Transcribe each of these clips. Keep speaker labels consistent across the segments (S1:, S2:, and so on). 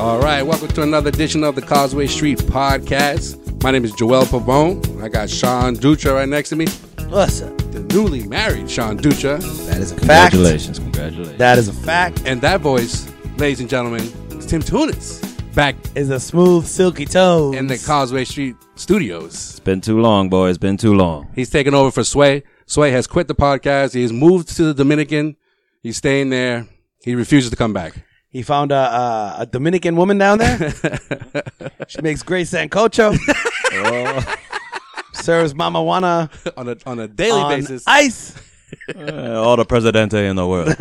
S1: All right, welcome to another edition of the Causeway Street Podcast. My name is Joel Pavone. I got Sean Dutra right next to me,
S2: What's up?
S1: the newly married Sean Dutra.
S2: That is a fact.
S3: Congratulations, congratulations.
S2: That is a fact.
S1: And that voice, ladies and gentlemen, is Tim Tunis back
S2: Is a smooth, silky toe.
S1: in the Causeway Street studios.
S3: it's been too long, boy. It's been too long.
S1: He's taking over for Sway. Sway has quit the podcast. He has moved to the Dominican. He's staying there. He refuses to come back.
S2: He found a, a, a Dominican woman down there. she makes great sancocho. Serves Mama Juana
S1: on a on a daily
S2: on
S1: basis.
S2: ice.
S3: Uh, all the presidente in the world.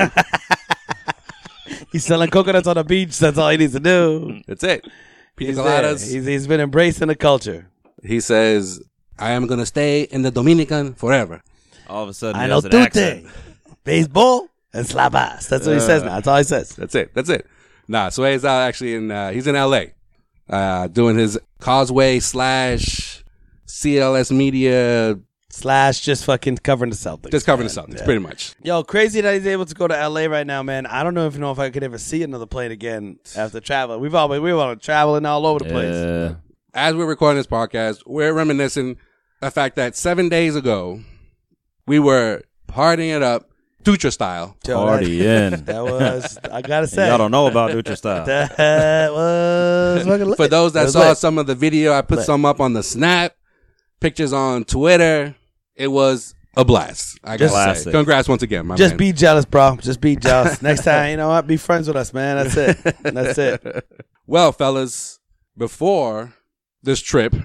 S2: He's selling coconuts on the beach. That's all he needs to do.
S1: That's it. Pina
S2: He's, there.
S1: coladas.
S2: He's- he's been embracing the culture.
S1: He says, "I am gonna stay in the Dominican forever."
S3: All of a sudden,
S2: I
S3: he
S2: know
S3: has an accent.
S2: tute, baseball, and slapas. That's what he
S1: Uh.
S2: says now. That's all he says.
S1: That's it. That's it. Nah, Sway is out actually in uh, he's in L.A. Uh, doing his Causeway slash CLS Media
S2: Slash just fucking covering the Celtics.
S1: just covering the
S2: man.
S1: Celtics,
S2: Yeah.
S1: pretty much.
S2: Yo, crazy that he's able to go to LA right now, man. I don't know if know if I could ever see another plane again after traveling. We've all been we were traveling all over the place.
S3: Yeah.
S1: As we're recording this podcast, we're reminiscing the fact that seven days ago we were partying it up, Dutra style.
S2: Yo,
S3: Party
S2: that,
S3: in.
S2: That was I gotta
S3: And
S2: say.
S3: y'all don't know about Dutra style.
S2: That was fucking lit.
S1: For those that
S2: was
S1: saw
S2: lit.
S1: some of the video, I put
S2: Lit.
S1: some up on the snap, pictures on Twitter. It was a blast. I
S3: Just-
S1: gotta say.
S3: Classic.
S1: Congrats once again, my
S2: just
S1: man.
S2: be jealous, bro. Just be jealous. Next time, you know what? Be friends with us, man. That's it. That's it.
S1: well, fellas, before this trip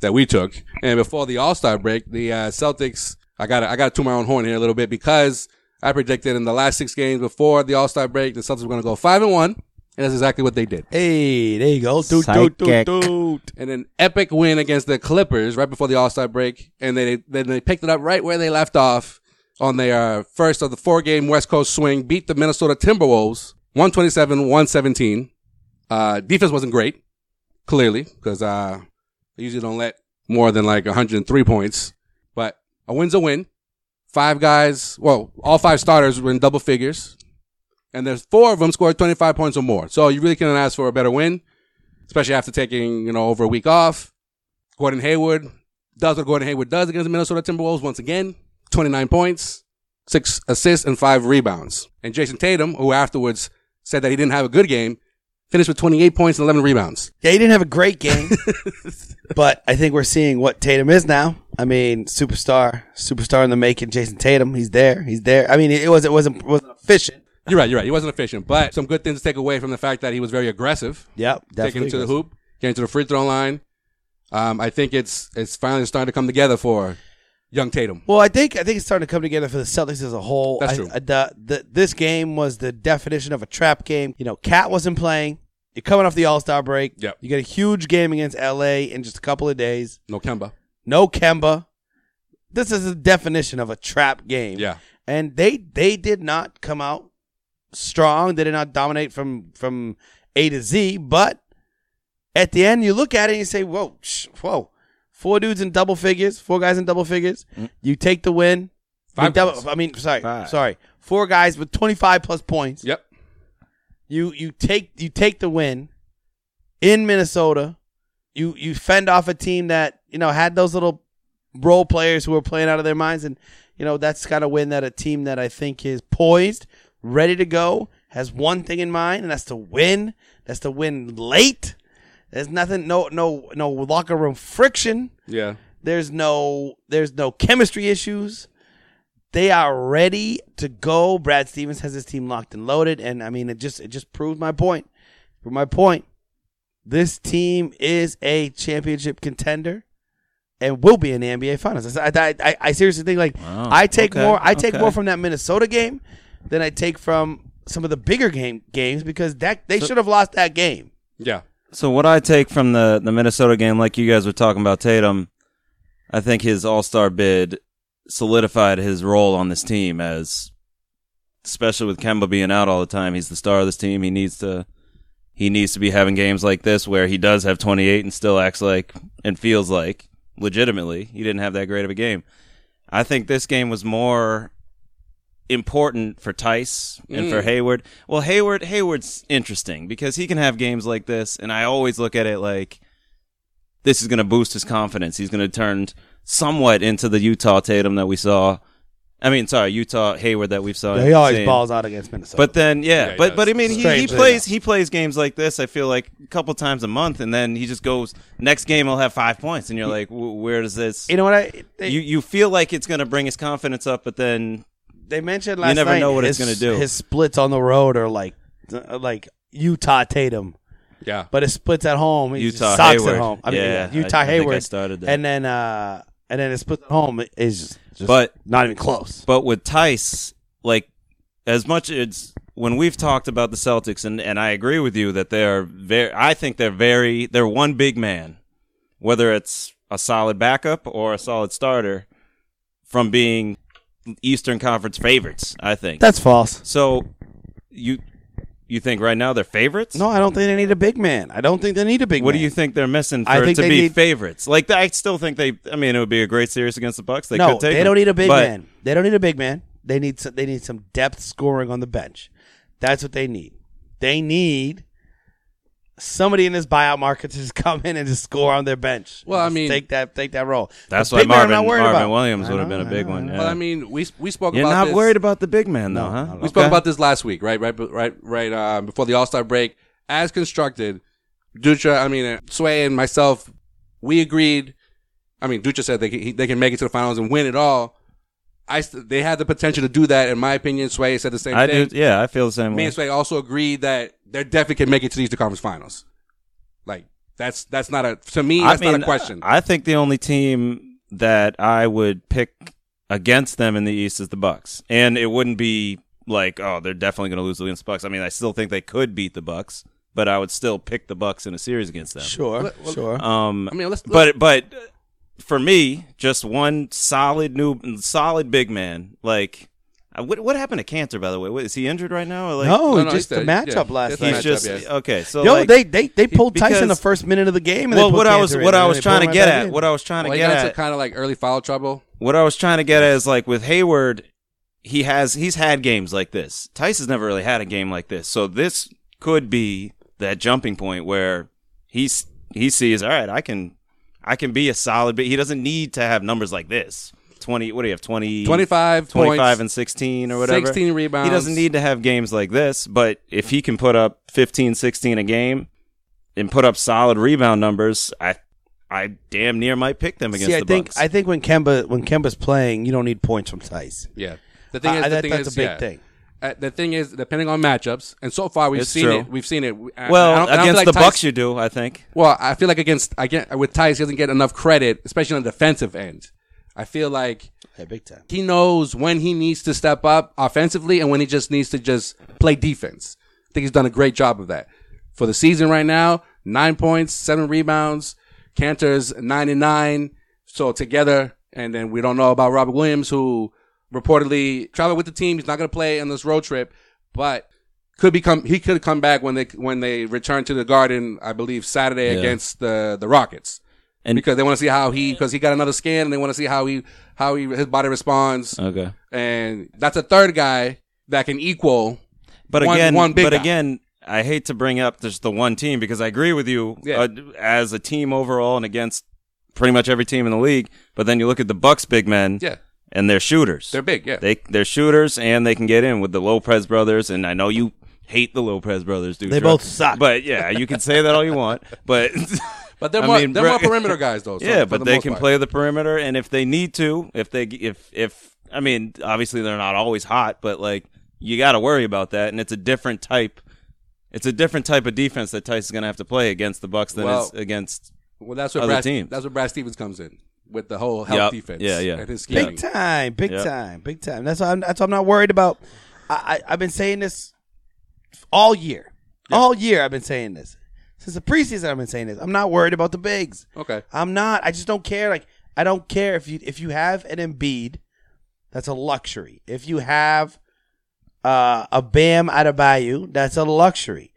S1: that we took and before the All Star break, the uh, Celtics, I got I got to toot my own horn here a little bit because I predicted in the last six games before the All Star break, the Celtics were going to go five and one, and that's exactly what they did.
S2: Hey, there you go. Doot, doot, doot,
S3: Psychic.
S2: doot.
S1: And an epic win against the Clippers right before the All Star break, and they then they picked it up right where they left off on their uh, first of the four game West Coast swing, beat the Minnesota Timberwolves 127-117. Uh, defense wasn't great, clearly, because uh, they usually don't let more than like 103 points. But a win's a win. Five guys, well, all five starters were in double figures, and there's four of them scored 25 points or more. So you really couldn't ask for a better win, especially after taking you know over a week off. Gordon Hayward does what Gordon Hayward does against the Minnesota Timberwolves once again, 29 points, six assists, and five rebounds. And Jason Tatum, who afterwards said that he didn't have a good game, finished with 28 points and 11 rebounds.
S2: Yeah, he didn't have a great game, but I think we're seeing what Tatum is now. I mean, superstar, superstar in the making. Jason Tatum, he's there, he's there. I mean, it was it wasn't wasn't efficient.
S1: You're right. You're right. He wasn't efficient, but some good things to take away from the fact that he was very aggressive,
S2: Yep,
S1: taking him to the hoop, getting to the free throw line. Um, I think it's it's finally starting to come together for young Tatum.
S2: Well, I think I think it's starting to come together for the Celtics as a whole.
S1: That's
S2: I-
S1: true.
S2: I- the, the, this game was the definition of a trap game. You know, Cat wasn't playing. You're coming off the All Star break.
S1: Yep.
S2: You got a huge game against LA in just a couple of days.
S1: No Kemba.
S2: No Kemba. This is the definition of a trap game.
S1: Yeah.
S2: And they they did not come out strong. They did not dominate from from A to Z. But at the end, you look at it and you say, "Whoa, sh- whoa." Four dudes in double figures, four guys in double figures. You take the win.
S1: Mm. Five
S2: In double-
S1: guys.
S2: I mean, sorry,
S3: Five.
S2: sorry. Four guys with twenty five plus points.
S1: Yep.
S2: You you take you take the win in Minnesota. You you fend off a team that you know had those little role players who were playing out of their minds, and you know that's kind of win that a team that I think is poised, ready to go, has one thing in mind, and that's to win. That's to win late. There's nothing, no no no locker room friction.
S1: Yeah.
S2: There's no there's no chemistry issues. They are ready to go. Brad Stevens has his team locked and loaded, and I mean it just it just proves my point. For my point, this team is a championship contender, and will be in the NBA Finals. I I, I, I seriously think like
S3: Wow.
S2: I take
S3: Okay.
S2: more I take
S3: Okay.
S2: more from that Minnesota game than I take from some of the bigger game games because that they should have lost that game.
S1: Yeah.
S3: So what I take from the the Minnesota game, like you guys were talking about Tatum, I think his All Star bid solidified his role on this team as, especially with Kemba being out all the time, he's the star of this team. He needs to he needs to be having games like this where he does have 28 and still acts like and feels like legitimately he didn't have that great of a game. I think this game was more important for Tice and for Hayward. Well, Hayward Hayward's interesting because he can have games like this and I always look at it like this is going to boost his confidence. He's going to turn somewhat into the Utah Tatum that we saw. I mean, sorry, Utah Hayward that we've saw.
S2: He always
S3: seen.
S2: balls out against Minnesota.
S3: But then, yeah,
S1: Yeah, he
S3: but but I
S1: does.
S3: mean, he, he
S2: Strange, yeah.
S3: plays he plays games like this. I feel like a couple times a month, and then he just goes next game. He'll have five points, and you're like, "Wh- where does this?
S2: you know what I they-
S3: you you feel like it's gonna bring his confidence up, but then
S2: They mentioned last night.
S3: never know what
S2: his,
S3: it's gonna do.
S2: His splits on the road are like uh, like Utah Tatum,
S1: Yeah.
S2: but his splits at home. he just
S3: Utah
S2: sucks
S3: Hayward.
S2: at home. I
S3: Yeah,
S2: mean, Utah
S3: I- I think I
S2: Hayward
S3: started that.
S2: and then uh, and then his splits at home is just, just
S3: But-
S2: not even close.
S3: But with Tice, like as much as when we've talked about the Celtics, and and I agree with you that they're very. I think they're very. They're one big man, whether it's a solid backup or a solid starter, from being Eastern Conference favorites. I think
S2: That's false.
S3: so. You you think right now they're favorites?
S2: No, I don't think they need a big man. I don't think they need a big.
S3: What
S2: man.
S3: do you think they're missing for
S2: I think
S3: it to
S2: they
S3: be
S2: need-
S3: favorites? Like I still think they. I mean, it would be a great series against the Bucks. They
S2: no,
S3: could take.
S2: they
S3: them.
S2: don't need a big
S3: But-
S2: man. They don't need a big man. They need some, they need some depth scoring on the bench. That's what they need. They need somebody in this buyout market to just come in and just score on their bench.
S1: Well, I
S2: Just
S1: mean-
S2: take that take that role.
S3: That's
S2: The
S3: why
S2: big man I'm
S3: Marvin,
S2: not worried
S3: Marvin
S2: about.
S3: Williams
S2: I
S3: would have been a
S2: know,
S3: big
S2: I know,
S3: one.
S2: I
S3: Yeah.
S1: But I mean, we we spoke
S3: You're
S1: about
S3: not
S1: this.
S3: worried about the big man, though, huh?
S1: We spoke about this last week, right? Right, right, right. Um, before the All Star break, as constructed, Dutra, I mean, uh, Sway and myself, we agreed. I mean, Dutra said they can, he, they can make it to the finals and win it all. I st- they had the potential to do that, in my opinion. Sway said the same
S3: I
S1: thing.
S3: do. Yeah, I feel the same
S1: Me
S3: way.
S1: and Sway also agreed that they definitely can make it to these two conference finals. Like that's that's not a to me that's not a question.
S3: I think the only team that I would pick against them in the East is the Bucks, and it wouldn't be like, oh, they're definitely going to lose against the Bucks. I mean, I still think they could beat the Bucks, but I would still pick the Bucks in a series against them.
S2: Sure, sure.
S3: Um,
S1: I mean, let's-
S3: but but for me, just one solid new, solid big man. Like, uh, what what happened to Cantor? By the way, What, is he injured right now? Or like,
S2: no,
S1: No, no,
S2: just the
S1: he's dead.
S2: matchup
S1: Yeah,
S2: last
S1: just
S2: night.
S1: matchup,
S3: he's just
S1: yes.
S3: okay. So
S2: Yo,
S3: like,
S2: they they they
S3: he-
S2: pulled Tyson the
S3: because-
S2: first minute of the game. And
S3: well,
S2: they put
S3: what I was
S2: Cantor in,
S3: what
S2: and
S3: I
S2: then
S3: was
S2: they
S3: trying
S2: pulled
S3: to
S2: him
S3: get
S2: right back
S3: at,
S2: in.
S3: what I was trying to
S1: Well, he
S3: get
S1: got
S3: at,
S1: into kind of like early foul trouble.
S3: what I was trying to get at is like with Hayward, he has he's had games like this. Tyson's never really had a game like this, so this could be that jumping point where he's he sees all right, I can I can be a solid, but he doesn't need to have numbers like this. Twenty, what do you have? 20,
S1: 25
S3: 25
S1: points,
S3: and sixteen or whatever.
S1: 16 rebounds.
S3: He doesn't need to have games like this, but if he can put up 15, 16 a game and put up solid rebound numbers, I I damn near might pick them against
S2: See, I
S3: the
S2: think
S3: Bucks.
S2: I think when Kemba when Kemba's playing, you don't need points from Tyson.
S1: Yeah, the thing
S2: I-
S1: is,
S2: I-
S1: the
S2: that-
S1: thing
S2: that's
S1: is-
S2: a big
S1: yeah.
S2: thing.
S1: Uh, the thing is, depending on matchups, and so far we've
S3: It's
S1: seen
S3: true.
S1: it. We've seen it. We- I- I
S3: Well,
S1: don't- I don't feel
S3: against
S1: like
S3: the
S1: Tice-
S3: Bucks, you do. I think.
S1: Well, I feel like against I get with Tice, he doesn't get enough credit, especially on the defensive end. I feel like
S2: Yeah, big time.
S1: he knows when he needs to step up offensively and when he just needs to just play defense. I think he's done a great job of that. For the season right now, nine points, seven rebounds. Cantor's nine and nine. So together, and then we don't know about Robert Williams, who reportedly traveled with the team. He's not going to play on this road trip, but could become he could come back when they when they return to the Garden, I believe Saturday
S3: Yeah.
S1: against the the Rockets.
S3: And-
S1: because they want to see how he because he got another scan and they want to see how he how he his body responds
S3: Okay.
S1: and that's a third guy that can equal.
S3: But
S1: One-
S3: again,
S1: one big
S3: but
S1: guy.
S3: again, I hate to bring up just the one team because I agree with you
S1: Yeah.
S3: uh, as a team overall and against pretty much every team in the league. But then you look at the Bucks big men,
S1: Yeah,
S3: and they're shooters.
S1: they're big. Yeah,
S3: They they're shooters and they can get in with the Lopez brothers. And I know you hate the Lopez brothers, dude.
S2: They both suck.
S3: But yeah, you can say that all you want, but
S1: but they're
S3: I
S1: more
S3: mean,
S1: they're
S3: bro-
S1: more perimeter guys though. so-
S3: yeah,
S1: for
S3: but
S1: the
S3: they
S1: most
S3: can
S1: part.
S3: play the perimeter, and if they need to, if they if if I mean, obviously they're not always hot, but like you got to worry about that, and it's a different type. It's a different type of defense that Tyson's going to have to play against the Bucks than
S1: Well,
S3: it's against.
S1: Well, that's where
S3: other
S1: Brad
S3: teams.
S1: that's where Brad Stevens comes in with the whole health
S3: Yep.
S1: defense.
S3: Yeah, yeah.
S1: and his scheming.
S2: Big time, big
S3: Yep.
S2: time, big time. That's why I'm, that's why I'm not worried about. I, I I've been saying this all year, all year. I've been saying this since the preseason. I've been saying this. I'm not worried about the bigs.
S1: Okay,
S2: I'm not. I just don't care. Like I don't care if you if you have an Embiid, that's a luxury. If you have uh, a Bam Adebayo, that's a luxury.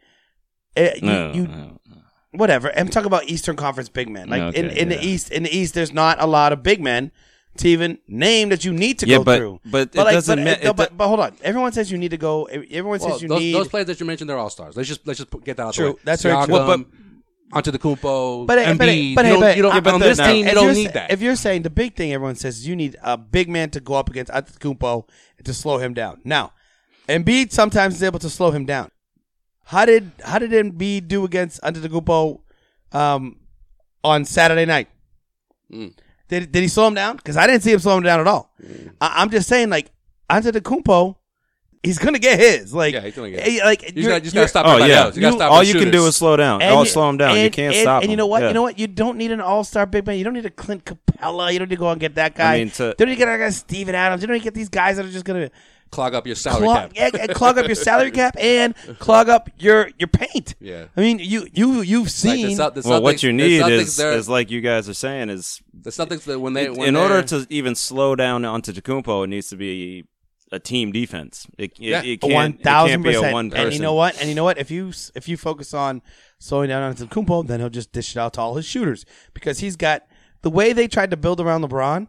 S2: Eh, you-
S3: No,
S2: you-
S3: no.
S2: whatever. I'm talking about Eastern Conference big men. Like in,
S3: Okay,
S2: in
S3: yeah.
S2: the East, in the East, there's not a lot of big men to even name that you need to
S3: Yeah,
S2: go
S3: but-
S2: through.
S3: but it doesn't ma-
S2: eh,
S3: it
S2: no, but,
S3: do-
S2: but hold on. Everyone says you need to go. Everyone
S1: well,
S2: says you
S1: those,
S2: need.
S1: those players that you mentioned, they're all stars. Let's just let's just put- get that out
S2: True.
S1: the way.
S2: That's very true.
S1: Siakam,
S2: Well,
S1: onto the Kumpo,
S2: But, eh,
S1: Embiid.
S2: but,
S1: you
S2: eh, but, eh,
S1: don't,
S2: but-
S1: you don't
S2: yeah, but
S1: on
S2: they're
S1: this
S2: not-
S1: team. You
S2: if
S1: don't
S2: you're
S1: need
S2: sa-
S1: that.
S2: If you're saying the big thing everyone says is you need a big man to go up against Antetokounmpo and to slow him down. Now, Embiid sometimes is able to slow him down. How did how did Embiid do against Antetokounmpo um, on Saturday night?
S1: Hmm.
S2: Did did he slow him down? Because I didn't see him slow him down at all. I, I'm just saying, like Antetokounmpo, he's gonna get his. Like,
S1: Yeah, he's gonna get
S2: eh,
S1: his.
S2: Like
S1: you
S2: you're-
S1: just got
S2: you're-
S1: to stop.
S3: Oh
S1: everybody
S3: yeah,
S1: else. you, gotta stop
S3: all
S1: the
S3: you can do
S1: shooters.
S3: is slow down.
S2: and
S3: oh,
S2: you-
S3: slow him down. you
S2: and-
S3: can't
S2: and-
S3: stop.
S2: And you
S3: 'em.
S2: know what?
S3: Yeah.
S2: You know what? You don't need an all-star big man. You don't need a Clint Capella. You don't need to go out and get that guy.
S3: mean, to-
S2: you don't need to get that guy Steven Adams. You don't need to get these guys that are just gonna
S1: clog up your salary
S2: clog,
S1: cap.
S2: yeah, and clog up your salary cap and clog up your your paint.
S1: Yeah.
S2: I mean, you you you've
S1: Like the
S2: seen.
S1: Celt- the
S3: Well,
S1: Celtics-
S3: what you
S1: the
S3: need
S1: Celtics,
S3: is,
S1: they're-
S3: is like you guys are saying, is
S1: the Celtics that when they
S3: It-
S1: when
S3: in order
S1: they're-
S3: to even slow down onto Tacumpo, it needs to be a team defense. It, it,
S1: Yeah.
S3: it can't,
S2: One
S3: it can't
S2: thousand
S3: be a
S2: percent,
S3: one person.
S2: and you know what? And you know what? If you s- if you focus on slowing down on Kumpo, then he'll just dish it out to all his shooters because he's got the way they tried to build around LeBron.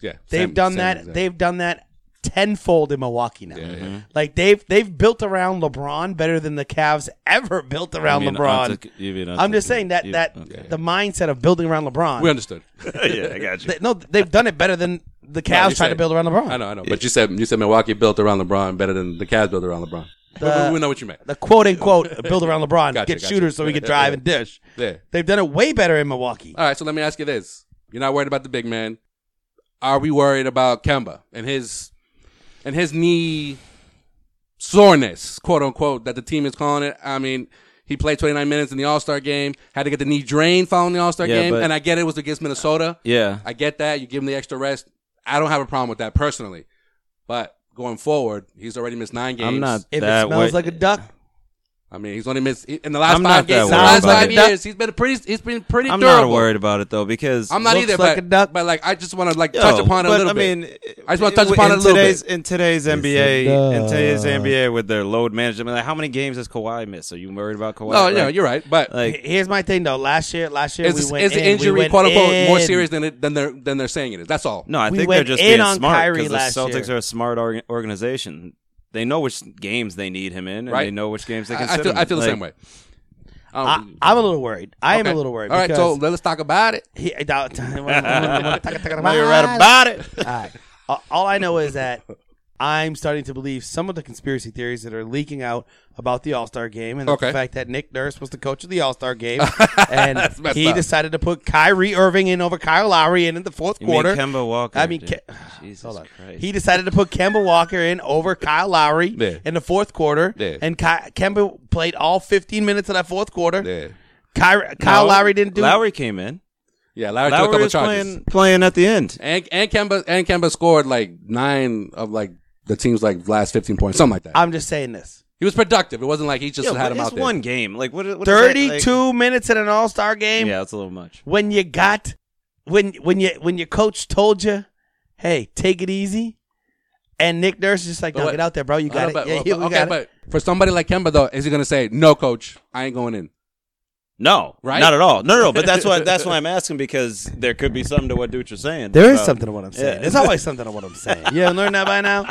S1: yeah,
S2: They've
S1: same-
S2: done
S1: same
S2: that.
S1: exact-
S2: They've done that tenfold in Milwaukee now. Like they've they've built around LeBron better than the Cavs ever built around
S3: mean
S2: LeBron.
S3: Antetokounmpo- you mean
S2: I'm just
S3: Antetokounmpo-
S2: saying that
S3: you-
S2: that
S3: okay.
S2: the mindset of building around LeBron.
S1: we understood.
S3: yeah, I got you.
S2: They- no, they've done it better than
S1: No,
S2: the
S1: you
S2: Cavs tried to
S1: said-
S2: build around LeBron.
S1: I know, I know. But you said you said Milwaukee built around LeBron better than the Cavs built around LeBron. We- we, we know what you meant.
S2: The quote unquote build around LeBron,
S1: Gotcha,
S2: get
S1: gotcha.
S2: shooters so we
S1: Yeah,
S2: can
S1: yeah,
S2: drive
S1: yeah.
S2: and dish.
S1: Yeah. Uh,
S2: They've done it way better in Milwaukee.
S1: All right, so let me ask you this: You're not worried about the big man. Are we worried about Kemba and his and his knee soreness, quote unquote, that the team is calling it? I mean. He played 29 minutes in the All Star game. Had to get the knee drained following the All Star
S3: Yeah,
S1: game,
S3: but-
S1: and I get it was against Minnesota.
S3: Yeah,
S1: I get that. You give him the extra rest. I don't have a problem with that personally. But going forward, he's already missed nine games.
S3: I'm not
S2: If it
S3: that
S2: smells
S3: way-
S2: like a duck,
S1: I mean, he's only missed in the last
S3: I'm
S1: five
S3: not that
S1: games. The
S3: worried
S1: last
S3: about
S1: five
S3: it.
S1: years, he's been pretty. He's been pretty.
S3: I'm
S1: durable.
S3: not worried about it though because
S1: I'm not
S2: Looks
S1: either.
S2: like a
S1: but,
S2: duck.
S1: but like, I just want to like
S3: Yo,
S1: touch upon it a
S3: but,
S1: little
S3: I mean,
S1: bit. I just want to touch upon
S3: in
S1: it a little
S3: today's,
S1: bit.
S3: In today's NBA, in today's NBA with their load management, like how many games has Kawhi missed? Are you worried about Kawhi?
S1: No,
S3: Like-
S1: yeah, you're right. But
S3: Like,
S2: here's my thing though. Last year, last year
S1: is,
S2: we
S1: this-
S2: went
S1: is the
S2: in, we
S1: injury
S2: went
S1: quote unquote more
S2: in.
S1: serious than it, than they're than they're saying it is? That's all.
S3: No, I
S2: We
S3: think they're
S2: went
S3: just
S2: in
S3: being
S2: on
S3: smart
S2: Kyrie
S3: because the
S2: last
S3: Celtics
S2: year.
S3: are a smart org- organization. They know which games they need him in, and
S1: Right.
S3: they know which games they
S1: I,
S3: can.
S1: I
S3: sit
S1: feel,
S3: him
S1: I
S3: in.
S1: feel the
S3: Like,
S1: same way.
S2: I,
S1: Um,
S2: I'm a little worried. I am
S1: okay.
S2: a little worried.
S1: All right, so
S2: because-
S1: let's talk about it.
S2: He, I doubt- You're right
S3: about it.
S2: All right. Uh, all I know is that I'm starting to believe some of the conspiracy theories that are leaking out about the All Star game and
S1: Okay.
S2: the fact that Nick Nurse was the coach of the All Star game and
S1: That's messed
S2: he
S1: up.
S2: decided to put Kyrie Irving in over Kyle Lowry in, in the fourth
S3: You mean
S2: quarter.
S3: Kemba Walker?
S2: I mean,
S3: dude.
S2: Ke-
S3: Jesus
S2: Hold on.
S3: Christ.
S2: He decided to put Kemba Walker in over Kyle Lowry
S1: Yeah.
S2: in the fourth quarter,
S1: Yeah.
S2: and Ky- Kemba played all 15 minutes of that fourth quarter.
S1: Yeah.
S2: Kyrie- Kyle
S3: No,
S2: Lowry didn't do
S3: Lowry came in.
S1: Yeah, Larry took a
S3: Lowry
S1: couple
S3: was
S1: charges.
S3: playing, playing at the end.
S1: And and Kemba and Kemba scored like nine of like the team's like last fifteen points, something like that.
S2: I'm just saying this.
S1: he was productive. It wasn't like he just
S3: Yeah,
S1: had
S3: but
S1: him
S3: it's
S1: out there.
S3: one game. Like what? what is that, like-
S2: 32 minutes in an All Star game.
S3: yeah, that's a little much.
S2: When you got, when when you when your coach told you, hey, take it easy, and Nick Nurse is just like,
S1: But
S2: no,
S1: what-
S2: get out there, bro. You
S1: I know,
S2: got it.
S1: Uh, but-
S2: Yeah, yeah, we
S1: okay,
S2: got it.
S1: but for somebody like Kemba though, is he gonna say no, coach? I ain't going in.
S3: No,
S1: Right?
S3: Not at all. No, no, no. But that's why that's why I'm asking because there could be something to what Dutch is saying.
S2: There is
S3: about-
S2: something to what I'm saying.
S3: Yeah.
S2: There's always something to what I'm saying. You haven't learned that by now?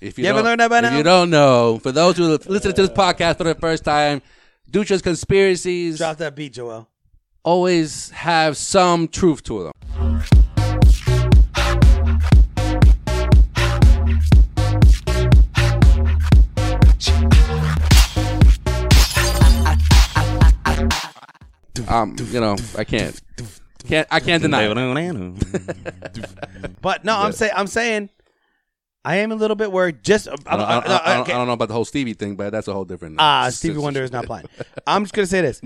S1: If
S2: You ever
S1: don't-
S2: learned that by
S1: if
S2: now?
S1: you don't know, for those who listen to this podcast for the first time, Dutra's conspiracies
S2: Drop that beat, Joel.
S1: always have some truth to them. Um, you know, I can't, can't, I can't deny. It.
S2: But no, I'm saying I'm saying I am a little bit worried. Just I'm,
S1: I don't, I, don't,
S2: no,
S1: I, don't,
S2: okay.
S1: I don't know about the whole Stevie thing, but that's a whole different. uh,
S2: Ah, Stevie Wonder is not playing. I'm just gonna say this: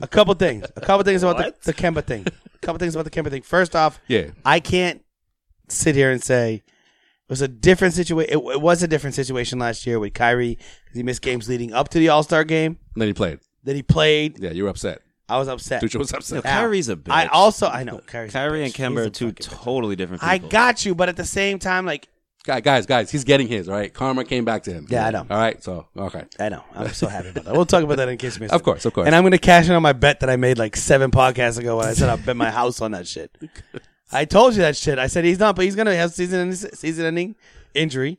S2: a couple things, a couple things about the,
S3: What?
S2: the Kemba thing, a couple things about the Kemba thing. First off,
S1: Yeah.
S2: I can't sit here and say it was a different situation. It, it was a different situation last year with Kyrie because he missed games leading up to the All Star game.
S1: Then he played.
S2: That he played,
S1: Yeah, you were upset.
S2: I was upset.
S1: Dutra was upset.
S2: Now,
S3: Kyrie's a bitch.
S2: I also I know Kyrie's a
S3: Kyrie
S2: bitch.
S3: and
S2: He's
S3: Kemba
S2: a
S3: are two
S2: fucking bitch.
S3: totally different people.
S2: I got you, but at the same time, like
S1: Guy- Guys, guys, he's getting his. All right, karma came back to him.
S2: Yeah, I know.
S1: All right, so okay.
S2: I know. I'm so happy about that. We'll talk about that in case you miss
S1: Of
S2: it.
S1: course, of course.
S2: And I'm going to cash in on my bet that I made like seven podcasts ago when I said I bet my house on that shit. I told you that shit. I said he's not, but he's going to have season season ending injury,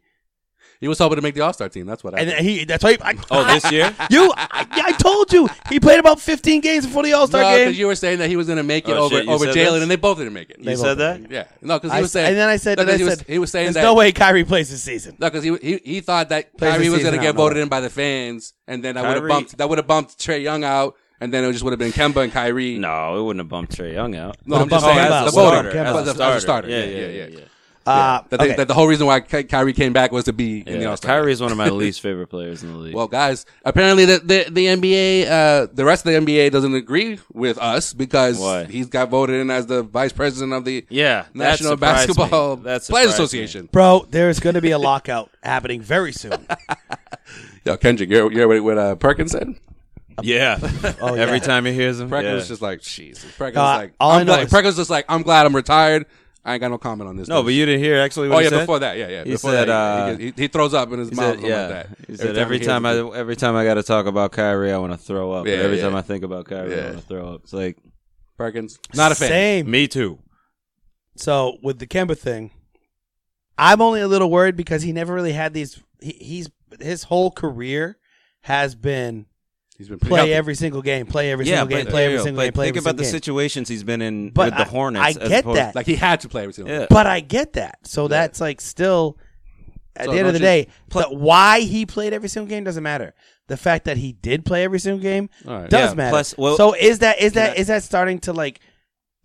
S1: He was hoping to make the All Star team. That's what I.
S2: and
S1: think.
S2: he that's why. He, I,
S3: Oh, this year?
S2: you, I, I told you he played about 15 games before the All Star
S1: no,
S2: game.
S1: because you were saying that he was going to make it
S3: Oh,
S1: over
S3: shit, you
S1: over
S3: said
S1: Jalen,
S3: this?
S1: and they both didn't make it.
S3: You said that?
S1: yeah, no, because
S2: I
S1: he
S2: s-
S1: was saying.
S2: and then I said,
S1: no,
S2: then I
S1: 'cause he was,
S2: said
S1: he was saying
S2: there's
S1: that.
S2: no way Kyrie plays this season.
S1: No, because he, he he thought that
S2: Plays
S1: Kyrie
S2: the
S1: was going to get
S2: season out, no
S1: voted
S2: way.
S1: in by the fans, and then that would have
S3: Kyrie-
S1: bumped that would have bumped Trey Young out, and then it just would have been Kemba and Kyrie.
S3: No, it wouldn't have bumped Trey Young out.
S1: No, I'm
S2: Would've
S1: just
S2: bumped
S1: saying
S2: Kemba
S1: the
S2: out.
S1: voting
S2: Kemba
S1: as
S2: out.
S1: a- as a starter. Yeah, yeah, yeah. yeah.
S2: Uh,
S1: That they-
S2: okay.
S1: that the whole reason why Ky- Kyrie came back was to be in the
S3: Yeah,
S1: All Star.
S3: Kyrie's one of my least favorite players in the league.
S1: Well, guys, apparently the the, the NBA, uh, the rest of the NBA doesn't agree with us because
S3: Why?
S1: he's got voted in as the vice president of the
S3: yeah, that
S1: National
S3: surprised me.
S1: Basketball
S3: That
S1: Players
S3: surprised me.
S1: Association.
S2: Bro, there's going to be a lockout happening very soon.
S1: Yo, Kendrick, you hear, you hear what, what uh, Perkins said?
S3: Yeah. every time he hears him.
S1: Perkins
S3: yeah.
S1: was just like, Jesus. Perkins
S2: No,
S1: was like,
S2: Uh, all I
S1: I'm
S2: know
S1: glad,
S2: is-
S1: Perkins was just like, I'm glad I'm retired. I ain't got no comment on this.
S3: no, but you didn't hear actually what
S1: Oh
S3: he
S1: yeah,
S3: said?
S1: before that, yeah, yeah.
S3: He
S1: before
S3: said,
S1: that, he-
S3: uh,
S1: he, he throws up in his
S3: He
S1: mouth,
S3: said,
S1: something
S3: yeah.
S1: like that.
S3: He said
S1: he
S3: every
S1: hears
S3: time I
S1: it.
S3: every time I got to talk about Kyrie, I want to throw up.
S1: Yeah,
S3: but every
S1: yeah.
S3: time I think about Kyrie,
S1: Yeah.
S3: I want to throw up. It's like
S1: Perkins, not a fan.
S2: Same.
S3: me too.
S2: So with the Kemba thing, I'm only a little worried because he never really had these. He, he's his whole career has been
S1: He's been pretty
S2: play
S1: healthy.
S2: every single game, play every single game,
S3: but-
S2: play every
S3: yeah,
S2: single
S3: but
S2: game, play
S3: think
S2: every
S3: about
S2: single game.
S3: the situations he's been in
S2: But
S3: with the
S2: I-
S3: Hornets.
S2: I
S3: as
S2: get
S3: opposed-
S2: that.
S1: Like he had to play every single.
S3: Yeah.
S2: But I get that. So that's like still at
S1: So
S2: the end of the
S1: don't you-
S2: day, the- why he played every single game doesn't matter. The fact that he did play every single game
S1: All right.
S2: does
S3: Yeah,
S2: matter.
S3: plus- well-
S2: so is that is that is that starting to like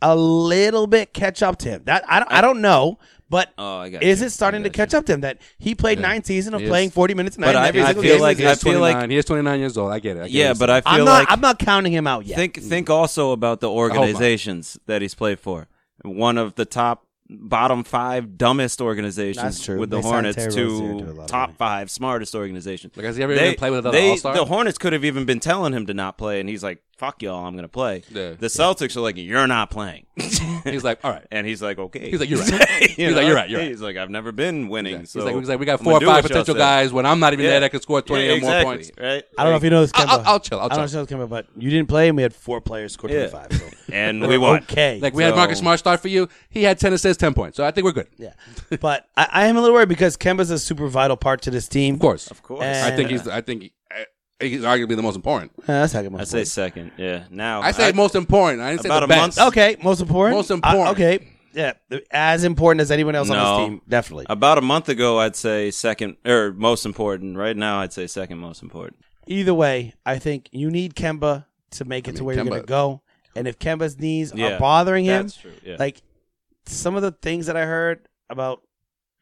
S2: a little bit catch up to him? That I don't, I don't know, but
S3: Oh, I got
S2: is
S3: you.
S2: it starting
S3: I
S2: to
S3: got you.
S2: catch up to him that he played nine seasons of
S1: Yes.
S2: playing forty minutes a night
S3: But
S2: in
S3: I-
S2: every
S3: I
S2: single
S3: feel
S2: game?
S3: like-
S1: he is
S3: I feel like-
S1: 29. he is 29 years old. I get it. I get
S3: Yeah,
S1: it.
S3: but I feel
S2: I'm
S3: like
S2: not I'm not counting him out yet.
S3: think think also about
S2: Oh,
S3: the
S1: not.
S3: organizations that he's played for. One of the top bottom five dumbest organizations
S2: That's true.
S3: with the
S2: They signed
S3: Hornets
S2: Terry Rozier to a lot
S3: to
S2: of
S3: top
S2: money.
S3: five smartest organizations.
S1: Like, has he ever even played with another
S3: they-
S1: All-Star?
S3: The Hornets could have even been telling him to not play, and he's like, "Fuck y'all, I'm gonna play."
S1: Yeah.
S3: The Celtics are like, "You're not playing,"
S1: he's like, all right.
S3: and he's like, "Okay."
S1: He's like, "You're right."
S3: You
S1: He's like,
S3: know?
S1: "You're right, you're right."
S3: He's like, "I've never been winning."
S1: He's
S3: So
S1: like, he's like, we got
S3: I'm
S1: four or
S3: gonna do
S1: five
S3: what y'all
S1: potential
S3: said."
S1: guys when I'm not even
S3: Yeah.
S1: there that can score 20
S3: Yeah,
S1: or more
S3: exactly,
S1: points.
S3: Right.
S2: I don't know if you know this. Kemba.
S1: I'll- I'll chill, I'll
S2: I do not
S1: chill.
S2: know if you know this, Kemba, but you didn't play him. We had four players score
S3: Yeah.
S2: 25. So
S3: And
S2: we're
S3: we won.
S2: Okay.
S1: Like we had
S3: So-
S1: Marcus Smart start for you. He had 10 assists, 10 points. So I think we're good.
S2: yeah. But I, I am a little worried because Kemba's a super vital part to this team.
S1: Of course.
S3: Of course.
S2: And-
S1: I think he's I think he- I- he's arguably the most important.
S2: Uh, that's how
S3: I say second. Yeah. Now
S1: I say most important. I didn't say
S3: About
S1: the
S3: a
S1: best.
S3: month-
S2: Okay, most important.
S1: Most important.
S2: Uh, okay, yeah, as important as anyone else on this team, definitely.
S3: About a month ago, I'd say second or most important. Right now, I'd say second most important.
S2: Either way, I think you need Kemba to make it to where you're
S1: Kemba-
S2: gonna go. And if Kemba's knees
S3: Yeah,
S2: are bothering him,
S3: that's true, yeah.
S2: like some of the things that I heard about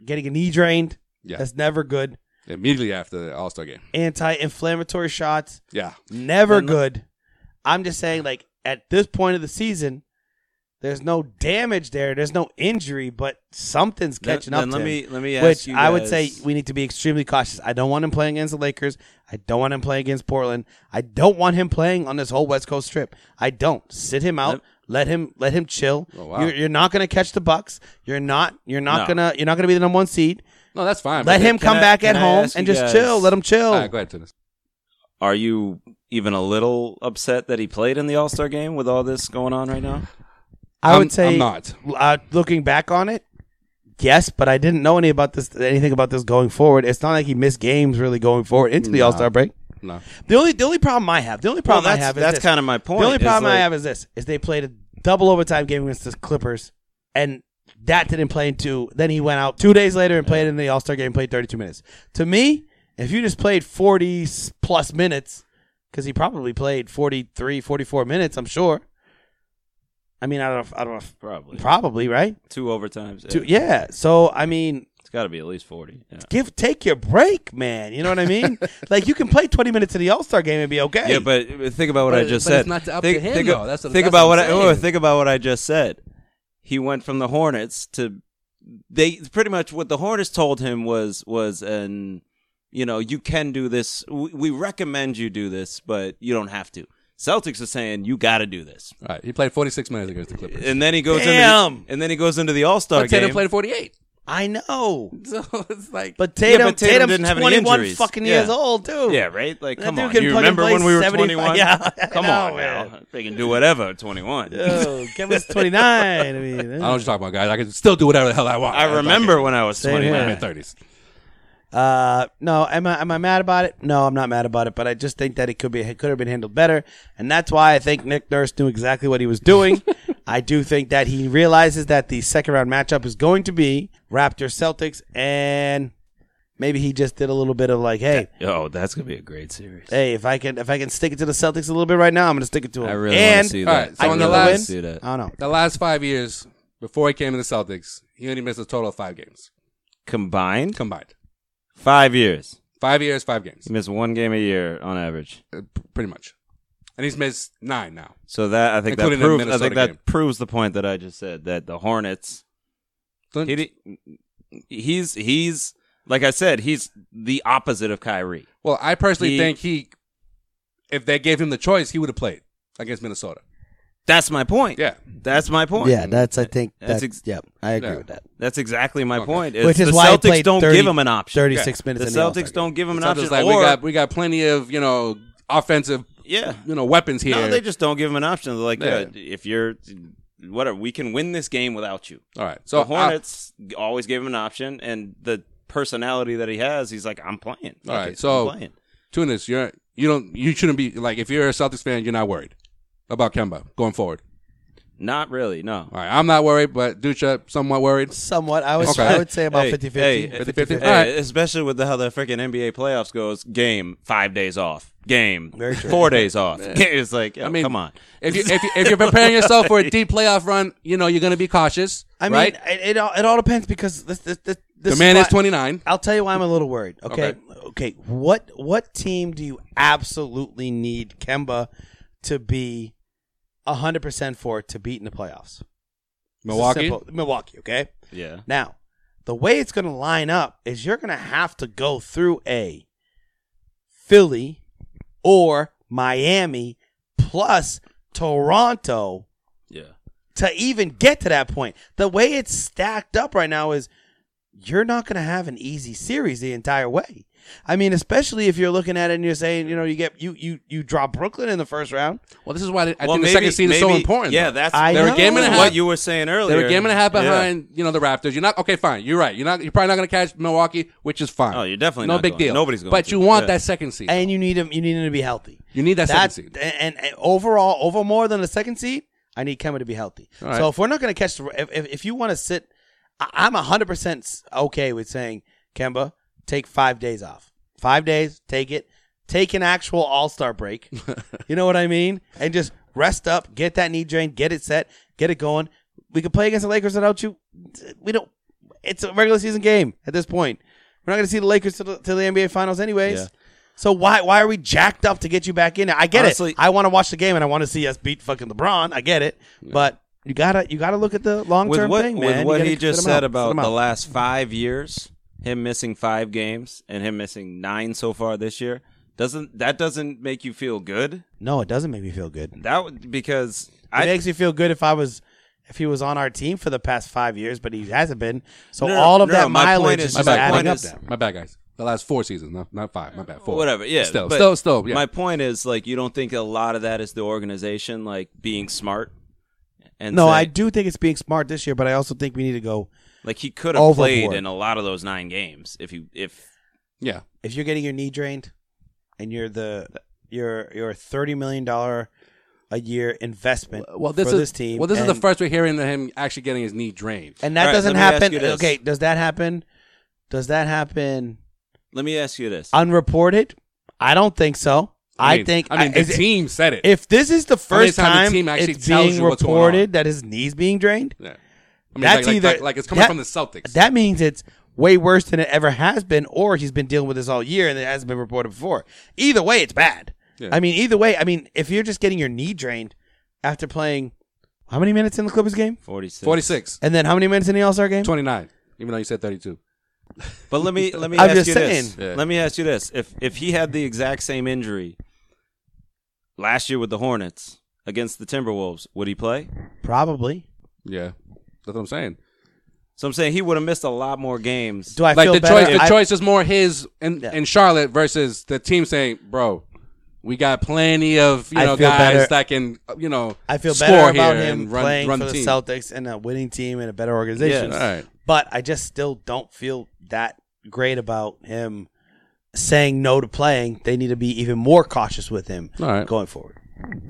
S2: getting a knee drained,
S1: Yeah.
S2: that's never good.
S1: Immediately after the All Star game.
S2: Anti-inflammatory shots,
S1: Yeah.
S2: never good. I'm just saying, like at this point of the season, There's no damage there. There's no injury, but something's
S3: Then-
S2: catching up.
S3: then
S2: to
S3: let
S2: him,
S3: me- let me ask
S2: which
S3: you
S2: I would say
S3: guys-
S2: we need to be extremely cautious. I don't want him playing against the Lakers. I don't want him playing against Portland. I don't want him playing on this whole West Coast trip. I don't sit him out. Let him let him chill.
S1: wow.
S2: you're, you're not going to catch the Bucks. You're not. You're not
S3: Oh, No.
S2: gonna. You're not going to be the number one seed.
S1: No, that's fine. but-
S2: let him come
S3: I-
S2: back
S3: can
S2: at
S3: I
S2: home
S3: ask
S2: and
S3: you
S2: just
S3: guys-
S2: chill. Let him chill.
S1: All right, go ahead, Tennis.
S3: Are you even a little upset that he played in the All Star game with all this going on right now?
S2: I
S1: I'm-
S2: would say
S1: I'm not.
S2: Uh, looking back on it, yes, but I didn't know any about this anything about this going forward. It's not like he missed games really going forward into the All Star break.
S1: No.
S2: The only the only problem I have, the only problem I
S3: that's-
S2: have is
S3: that's
S2: this.
S3: kinda my point,
S2: The only
S3: is
S2: problem I
S3: like-
S2: have is this: is they played a double overtime game against the Clippers, and that didn't play into. Then he went out two days later and played in the All Star game, played 32 minutes. To me, if you just played 40 s- plus minutes, because he probably played 43, 44 minutes, I'm sure. I mean, I don't, know if- I don't know, if-
S3: Probably
S2: probably right.
S3: two overtimes. Yeah.
S2: Two- yeah. So I mean,
S3: It's got to be at least forty. Yeah.
S2: give take your break, man. You know what I mean? like you can play 20 minutes of the All Star game and be okay.
S3: Yeah, but think about what
S1: But
S3: I
S1: it-
S3: just
S1: but
S3: said.
S1: it's not up to
S3: think,
S1: him,
S3: think-
S1: though. That's what-
S3: think
S1: that's
S3: about
S1: what
S3: what I
S1: I'm
S3: oh,
S1: saying.
S3: think about what I just said. He went from the Hornets to they pretty much what the Hornets told him was was an you know you can do this. We, we recommend you do this, but you don't have to. Celtics are saying you got to do this,
S1: All right. He played 46 minutes against the Clippers.
S3: and then he goes
S2: Damn.
S3: into the, and then he goes into the All Star
S1: but Tatum
S3: game.
S1: played 48.
S2: I know.
S1: So it's like.
S2: But Tatum,
S3: but Tatum
S2: Tatum's
S3: didn't have any
S2: 21
S3: injuries.
S2: fucking
S3: Yeah.
S2: years old, dude.
S3: yeah, right. Like,
S2: That
S3: come
S2: dude
S3: on.
S2: can
S3: You
S2: fucking
S3: remember
S2: play
S3: when we were
S2: 75
S3: twenty-one?
S2: Yeah, I
S3: come
S2: know,
S3: on
S2: man.
S3: now. They can do whatever. at Twenty-one.
S2: Yo, give us 29. I mean,
S1: I don't know what you're talking about, guys. I can still do whatever the hell I want.
S3: I remember when I was
S2: Same here.
S3: twenty-one.
S1: mid 30s.
S2: Uh, no, am I am I mad about it? No, I'm not mad about it, but I just think that it could be it could have been handled better, and that's why I think Nick Nurse knew exactly what he was doing. I do think that he realizes that the second round matchup is going to be Raptors Celtics, and maybe he just did a little bit of like, hey,
S3: Oh, that's gonna be a great series.
S2: hey, if I can if I can stick it to the Celtics a little bit right now, I'm gonna stick it to him.
S3: I really want
S2: and
S3: to see
S1: all
S3: that.
S1: right, so
S3: I
S1: on the
S3: really wanna
S1: last-
S3: see that.
S2: I don't know.
S1: The last five years before he came to the Celtics, he only missed a total of five games
S3: Combined,
S1: combined.
S3: five years.
S1: Five years, five games,
S3: You miss one game a year on average.
S1: uh, p- pretty much. And he's missed nine now.
S3: So that I think
S1: Including
S3: that
S1: the
S3: proves. I
S1: Minnesota
S3: think that
S1: game.
S3: proves the point that I just said that the Hornets.
S1: So-
S3: He, di- he's he's like I said. He's the opposite of Kyrie.
S1: well, I personally
S3: He-
S1: think he, if they gave him the choice, he would have played against Minnesota.
S3: That's my point.
S1: Yeah.
S3: that's my point.
S2: Yeah, that's I think that's,
S3: That's ex-
S2: yeah, I agree
S1: Yeah.
S2: with that.
S3: that's exactly my
S1: Okay.
S3: point. Is
S2: Which is
S3: the
S2: why I
S3: Celtics
S2: played
S3: don't
S2: 30
S3: give him an option.
S2: 36
S3: The
S2: minutes. in the
S3: Celtics don't give him an
S1: Celtics
S3: option.
S1: like
S3: or,
S1: we got we got plenty of you know offensive
S3: yeah,
S1: you know weapons here.
S3: No, they just don't give him an option. They're like,
S1: Yeah.
S3: yeah, if you're whatever, we can win this game without you.
S1: All right, so
S3: So
S1: I-
S3: the Hornets always gave him an option, and the personality that he has, he's like, I'm playing.
S1: All
S3: Fuck
S1: right,
S3: it, I'm
S1: so-
S3: playing.
S1: Tunis, you're you don't you shouldn't be like if you're a Celtics fan, you're not worried about Kemba going forward.
S3: not really, no.
S1: All right, I'm not worried, but Ducha somewhat worried.
S2: Somewhat, I would
S1: Okay.
S2: I would say about
S3: Hey,
S2: 50-50.
S3: hey,
S1: 50-50.
S3: hey,
S1: All right.
S3: especially with the, how the freaking NBA playoffs goes, game five days off, game
S2: Very true.
S3: four days off. it's like, yo,
S1: I mean,
S3: come on.
S1: If you if, you, if you're preparing yourself for a deep playoff run, you know you're going to be cautious.
S2: I mean,
S1: right?
S2: it, it all it all depends because this this this, this
S1: the man
S2: why-
S1: is 29.
S2: I'll tell you why I'm a little worried. Okay?
S1: Okay.
S2: okay, What what team do you absolutely need Kemba to be hundred percent for to beat in the playoffs? It's a
S1: Milwaukee.
S2: simple- Milwaukee. Okay.
S3: Yeah,
S2: Now, the way it's going to line up is you're going to have to go through a Philly or Miami plus Toronto
S3: yeah.
S2: to even get to that point. The way it's stacked up right now is you're not going to have an easy series the entire way. I mean, especially if you're looking at it and you're saying, you know, you get you you you drop Brooklyn in the first round.
S1: Well, this is why I think
S3: Well,
S1: the
S3: maybe-
S1: second seed is so
S3: maybe-
S1: important.
S3: Yeah,
S1: though.
S3: that's
S2: I
S1: They were know. game and a half-
S3: what you were saying earlier.
S1: they were a game and a half
S3: Yeah.
S1: behind. You know the Raptors. You're not okay. Fine. You're right. You're not. You're probably not going to catch Milwaukee, which is fine.
S3: Oh, you're definitely
S1: no
S3: not
S1: big
S3: going.
S1: deal.
S3: Nobody's going
S1: But
S3: to.
S1: you want
S3: Yeah.
S1: that second seed.
S2: And you need him you need him to be healthy.
S1: you need that
S2: That's
S1: second seed.
S2: and, and overall over more than the second seed, I need Kemba to be healthy.
S1: All right.
S2: So if we're not going to catch the if if, if you want to sit I, I'm 100% okay with saying Kemba take 5 days off. 5 days, take it. Take an actual all-star break. you know what I mean? And just rest up, get that knee drain, get it set, get it going. We could play against the Lakers without you. We don't it's a regular season game at this point. We're not going to see the Lakers to the, to the NBA finals anyways.
S3: Yeah.
S2: So why why are we jacked up to get you back in? there? I get
S3: Honestly-
S2: it. I want to watch the game and I want to see us beat fucking LeBron. I get it, but You gotta you gotta look at the long
S3: with
S2: term
S3: what,
S2: thing, man.
S3: with
S2: You
S3: what
S2: gotta
S3: he
S2: fit
S3: just
S2: them out,
S3: said
S2: fit
S3: about
S2: them
S3: the
S2: out.
S3: last five years, him missing five games and him missing nine so far this year, doesn't that doesn't make you feel good?
S2: No, it doesn't make me feel good. It
S3: That would- because I
S2: makes me feel good if I was if he was on our team for the past five years, but he hasn't been. So
S3: No, no,
S2: all of
S3: no,
S2: that
S3: my point
S2: mileage
S3: is-
S2: is
S3: my
S2: just
S3: bad
S2: adding
S3: point
S2: up.
S3: is-
S2: there.
S1: My bad, guys. The last four seasons, no, not five. My bad, four.
S3: whatever, yeah,
S1: Still,
S3: but
S1: still, still. Yeah.
S3: My point is like you don't think a lot of that is the organization like being smart. And
S2: No,
S3: say-
S2: I do think it's being smart this year, but I also think we need to go.
S3: like he could have
S2: Overboard.
S3: played in a lot of those nine games if you if
S1: yeah.
S2: If you're getting your knee drained, and you're the you're you're a thirty million dollar a year investment
S1: Well, this
S2: for
S1: is
S2: this team.
S1: Well, this is the
S2: and-
S1: first we're hearing of him actually getting his knee drained.
S2: and that
S3: All right,
S2: doesn't
S3: let me ask
S2: happen.
S3: you this.
S2: Okay, does that happen? Does that happen?
S3: let me ask you this.
S2: unreported? I don't think so. I,
S1: mean-
S2: think
S1: I mean, the
S2: is it-
S1: team said it.
S2: If this is the first
S1: time the
S2: time,
S1: team actually
S2: it's
S1: tells
S2: being
S1: you what's going on.
S2: reported that his knees being drained,
S1: yeah. I mean,
S2: that's
S1: like, like-
S2: either
S1: like, like it's coming
S2: that-
S1: from the Celtics.
S2: That means it's way worse than it ever has been, or he's been dealing with this all year and it hasn't been reported before. Either way, it's bad.
S1: Yeah.
S2: I mean, either way, I mean, if you're just getting your knee drained after playing how many minutes in the Clippers game,
S3: 46.
S1: 46,
S2: and then how many minutes in the All Star game?
S1: 29, even though you said 32.
S3: But let me let me
S2: I'm
S3: ask
S2: just
S3: you
S2: saying.
S3: this.
S1: Yeah.
S3: Let me ask you this. If if he had the exact same injury last year with the Hornets against the Timberwolves, would he play?
S2: Probably.
S1: Yeah. That's what I'm saying.
S3: So I'm saying he would have missed a lot more games.
S2: Do I
S1: like
S2: feel
S1: the
S2: better?
S1: choice, the
S2: I-
S1: choice is more his and
S2: Yeah.
S1: and Charlotte versus the team saying, "Bro, we got plenty of you
S2: I
S1: know
S2: feel
S1: guys
S2: better-
S1: that can uh, you know
S2: I feel
S1: score
S2: better about
S1: here
S2: him
S1: and run,
S2: playing
S1: run
S2: for the
S1: team."
S2: Celtics and a winning team and a better organization.
S3: Yes.
S1: All right.
S2: But I just still don't feel that great about him saying no to playing. They need to be even more cautious with him
S1: All right.
S2: going forward.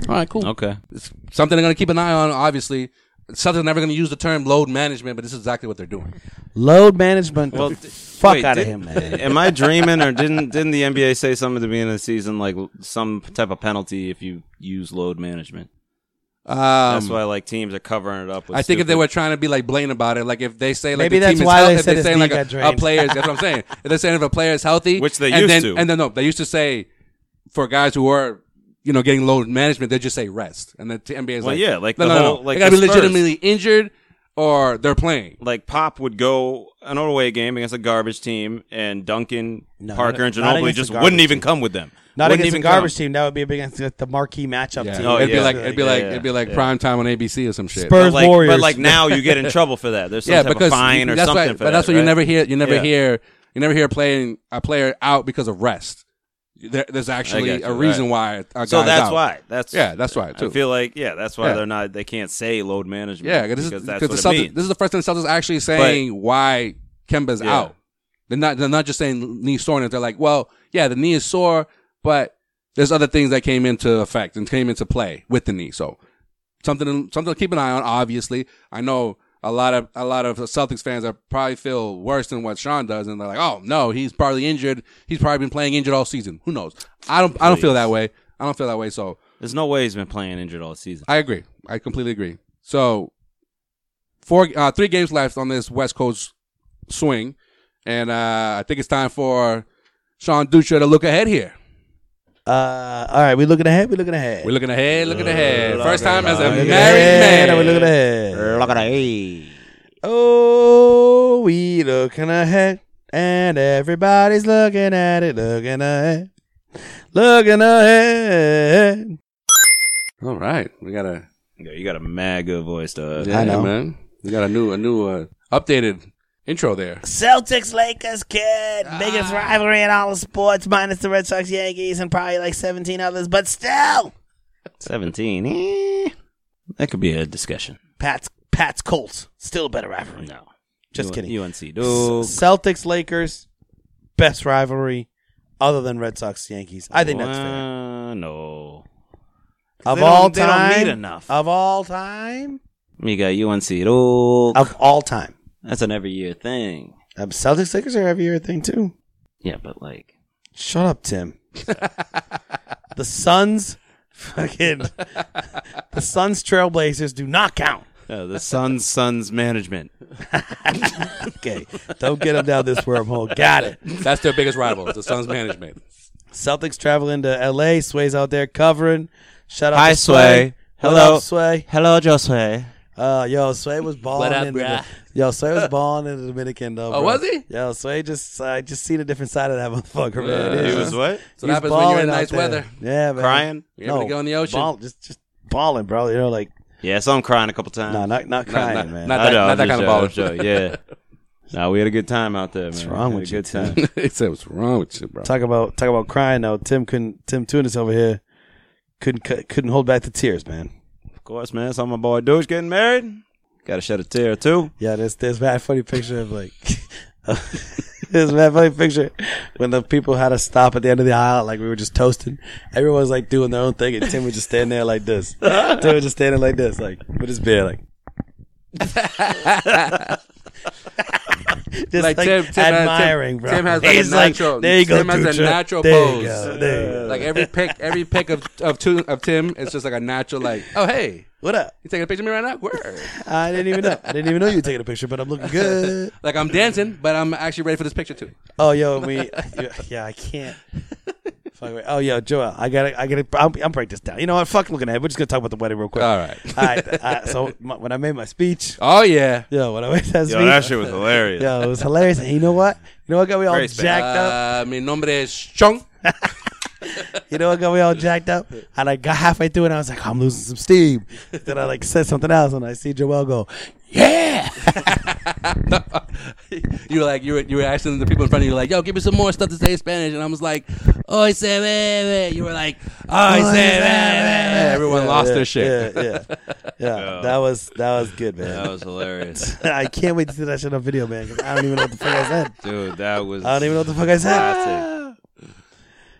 S1: All right, cool.
S3: okay.
S1: It's something they're going to keep an eye on. Obviously, Celtics are never going to use the term load management, but this is exactly what they're doing.
S2: Load management. the
S3: th-
S2: fuck
S3: wait,
S2: out of
S3: did-
S2: him, man.
S3: Am I dreaming or didn't didn't the NBA say something at the beginning of the season like some type of penalty if you use load management?
S1: Um,
S3: That's why like teams are covering it up. With
S1: I think if they
S3: stupid-
S1: were trying to be like blatant about it, like if they say like
S2: Maybe
S1: the
S2: that's
S1: team is
S2: why they
S1: healthy, if
S2: said
S1: they
S2: his
S1: say
S2: knee
S1: like
S2: got
S1: a, a
S2: drained.
S1: player is that's what I'm saying. If they're saying if a player is healthy,
S3: Which they
S1: and
S3: used
S1: then,
S3: to.
S1: and then no, they used to say for guys who are you know getting load management, they just say rest, and the t- NBA is
S3: Well,
S1: like
S3: yeah, like
S1: no,
S3: the
S1: no,
S3: whole-
S1: no.
S3: like
S1: they gotta
S3: the
S1: be
S3: Spurs.
S1: legitimately injured or they're playing.
S3: like Pop would go an away game against a garbage team, and Duncan,
S2: No,
S3: Parker,
S2: not-
S3: and
S2: not
S3: Ginobili
S2: against
S3: just
S2: the garbage
S3: wouldn't even come with them.
S2: Not
S3: wouldn't
S2: against a
S3: even
S2: garbage
S3: come.
S2: team. That would be against the marquee matchup
S1: Yeah.
S2: team.
S3: Oh,
S1: it'd be
S3: yeah.
S1: like it'd be like
S3: yeah,
S1: it'd be like
S3: yeah.
S1: prime time on ABC or some shit.
S2: Spurs
S3: But like,
S2: Warriors.
S3: but like now you get in trouble for that. There's some
S1: yeah,
S3: type
S1: because
S3: of fine or
S1: that's
S3: something.
S1: why,
S3: for
S1: but that's
S3: that,
S1: what you
S3: right?
S1: never hear. You never
S3: Yeah.
S1: hear. You never hear playing a player out because of rest. There, there's actually
S3: got you,
S1: a reason
S3: right.
S1: why. A
S3: So
S1: guy's
S3: that's
S1: out.
S3: why. That's
S1: Yeah, that's why,
S3: I
S1: too.
S3: feel like yeah, that's why
S1: Yeah.
S3: they're not. They can't say load management.
S1: Yeah, this
S3: because
S1: is
S3: that's
S1: because
S3: what
S1: the
S3: it
S1: Celtics,
S3: means.
S1: this is the first time Celtics actually saying why Kemba's
S3: Yeah.
S1: out. They're not they're not just saying knee soreness. They're like, well, yeah, the knee is sore, but there's other things that came into effect and came into play with the knee. So something something to keep an eye on. Obviously, I know a lot of a lot of Celtics fans are probably feel worse than what Sean does, and they're like, oh no, he's probably injured. He's probably been playing injured all season. Who knows? I don't I don't feel that way. I don't feel that way. So
S3: There's no way he's been playing injured all season.
S1: I agree. I completely agree. So, four, uh, three games left on this West Coast swing, and uh, I think it's time for Sean Dutra to look ahead here.
S2: uh, all right, we looking ahead. We looking ahead.
S1: We're looking ahead, looking ahead. First time as a
S2: We
S1: married
S2: looking Uh, ahead.
S1: man.
S2: We looking ahead.
S3: Look at that.
S2: Oh, we looking ahead, and everybody's looking at it, looking ahead, looking ahead.
S1: All right, we got a
S3: Yeah, you got a mad good voice, dog.
S2: I know.
S1: man. We got a new, a new uh, updated intro there.
S2: Celtics, Lakers, kid, biggest rivalry in all of sports, minus the Red Sox, Yankees, and probably like seventeen others, but still,
S3: Seventeen. Eh, that could be a discussion.
S2: Pat's Pat's Colts still a better rivalry.
S3: No,
S2: Just
S3: U-
S2: kidding.
S3: UNC Duke.
S2: Celtics, Lakers, best rivalry, other than Red Sox, Yankees. I think that's fair.
S3: Uh, no.
S2: Of
S3: They don't-
S2: all
S3: they don't
S2: time,
S3: need enough.
S2: of all time,
S3: You got UNC Duke.
S2: of all time.
S3: That's an every year thing.
S2: Um, Celtics Lakers are every year a thing too.
S3: Yeah, but like
S2: Shut up, Tim. the Suns, fucking the Suns Trailblazers do not count.
S3: the Suns Suns management.
S2: Okay, don't get them down this wormhole. Got it.
S1: That's their biggest rival, the Suns management.
S2: Celtics traveling to L.A. Sway's out there covering. Shout out
S3: Hi,
S2: to
S3: Sway.
S2: What
S3: Hello.
S2: up, Sway.
S3: Hello, Josue.
S2: Uh, yo, Sway was balling.
S4: What up,
S2: in the-
S4: bruh?
S2: yo, Sway was balling in the Dominican though.
S1: Oh,
S2: bruh.
S1: was he?
S2: Yo, Sway just I just seen a different side of that motherfucker, man.
S1: Yeah.
S2: Yeah.
S1: He
S3: It was what?
S1: So what happens when you're in
S2: balling out
S1: nice
S2: there.
S1: weather.
S2: Yeah, man.
S3: Crying?
S1: You're able to go in the ocean.
S2: ball- just just balling, bro. You know, like
S3: Yeah, so I'm crying a couple times.
S2: no, not not crying,
S1: not-
S2: man.
S1: not
S3: I
S1: that-
S3: know,
S1: not
S3: I'm
S1: that
S3: just
S1: kind of
S3: joking, I'm joking, Yeah. No, we had a good time out there, man.
S2: What's wrong
S3: Had a
S2: with you,
S3: good time?
S1: he said, "What's wrong with you, bro?"
S2: talk about talk about crying though. Tim couldn't. Tim Tunis over here couldn't cu- couldn't hold back the tears, man.
S3: Of course, man. Saw my boy Dooch getting married. Got to shed a tear too.
S2: Yeah, there's there's that funny picture of like there's that funny picture when the people had to stop at the end of the aisle, like we were just toasting. Everyone was like doing their own thing, and Tim was just standing there like this. Tim was just standing like this, like with his beer, like. just
S1: Like, Tim, Tim
S2: admiring,
S1: has, Tim,
S2: bro.
S1: Tim has like
S2: He's
S1: a natural.
S2: there you go,
S1: Tim has a
S2: Dutra.
S1: natural
S2: there
S1: pose.
S2: You go, there you go.
S1: Like every pick, every pick of of, two, of Tim, it's just like a natural. Like, oh hey,
S2: what up?
S1: you taking a picture of me right now? Word.
S2: I didn't even know. I didn't even know you were taking a picture, but I'm looking good.
S1: Like I'm dancing, but I'm actually ready for this picture too.
S2: Oh, yo, we. Yeah, I can't. Fuck, wait. Oh, yo, Joel, I gotta, I gotta, I'm, I'm break this down. You know what? Fuck looking ahead. We're just gonna talk about the wedding real quick.
S1: All right.
S2: All right. uh, so my, when I made my speech,
S1: Oh yeah.
S2: yo, when I made that speech,
S3: Yo, that shit was hilarious.
S2: yo, it was hilarious. And you know what? You know what got me all
S3: Very special.
S2: jacked up?
S1: Uh, mi nombre es Chung. uh,
S2: You know what got me all jacked up? And I got halfway through, and I was like, I'm losing some steam. then I like said something else, and I see Joel go, "Yeah."
S1: you were like you were you were asking the people in front of you like, yo, give me some more stuff to say in Spanish, and I was like, oh, se bebe. You were like, oh, se bebe. Everyone
S2: Yeah,
S1: lost
S2: yeah,
S1: their shit.
S2: Yeah, yeah, yeah. That was that was good, man.
S3: That was hilarious,
S2: I can't wait to see that shit on video, man. 'cause I don't even know what the fuck I said.
S3: dude. That was.
S2: I don't even know what the fuck I said.
S3: Classic.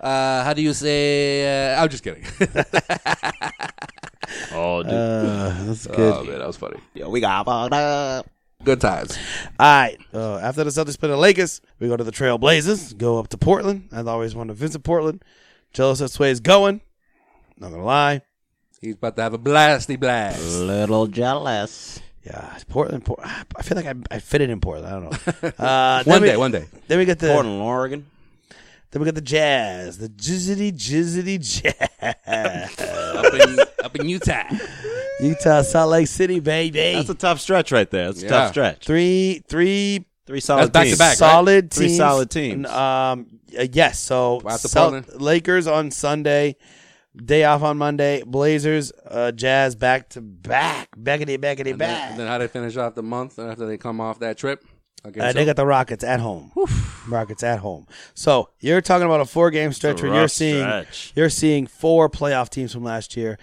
S1: Uh, how do you say? Uh, I'm just kidding.
S3: Oh, dude.
S2: Uh, that's good.
S1: oh man, that was funny.
S3: Yo, we got fucked up.
S1: Good times.
S2: All right. Uh, after the Celtics play the Lakers, we go to the Trail Blazers, go up to Portland. I've always wanted to visit Portland. Jealous that Sway is going. Not gonna lie.
S1: He's about to have a blasty blast.
S4: Little jealous.
S2: Yeah, Portland. Port- I feel like I, I fitted in Portland. I don't know. Uh, then
S1: One
S2: we-
S1: day, one day.
S2: Then we get the
S3: Portland, Oregon.
S2: then we get the Jazz, the Jizzity Jizzity Jazz,
S1: Up in, up in Utah.
S2: Utah, Salt Lake City, baby.
S3: That's a tough stretch right there. That's a
S1: Yeah.
S3: tough stretch. Three,
S2: three three
S3: three solid
S1: That's
S3: teams.
S1: back-to-back. right?
S2: solid teams.
S3: Three solid teams.
S2: N- Um, uh, yes. So
S1: Wow, the
S2: Celt-
S1: Portland.
S2: Lakers on Sunday, day off on Monday. Blazers, uh, Jazz back to back, backity backity
S1: And then,
S2: back.
S1: and then how they finish off the month after they come off that trip? Okay,
S2: Uh, they got the Rockets at home. Rockets at home. So you're talking about a four game stretch
S3: It's a
S2: where you're
S3: rough
S2: seeing
S3: stretch.
S2: you're seeing four playoff teams from last year.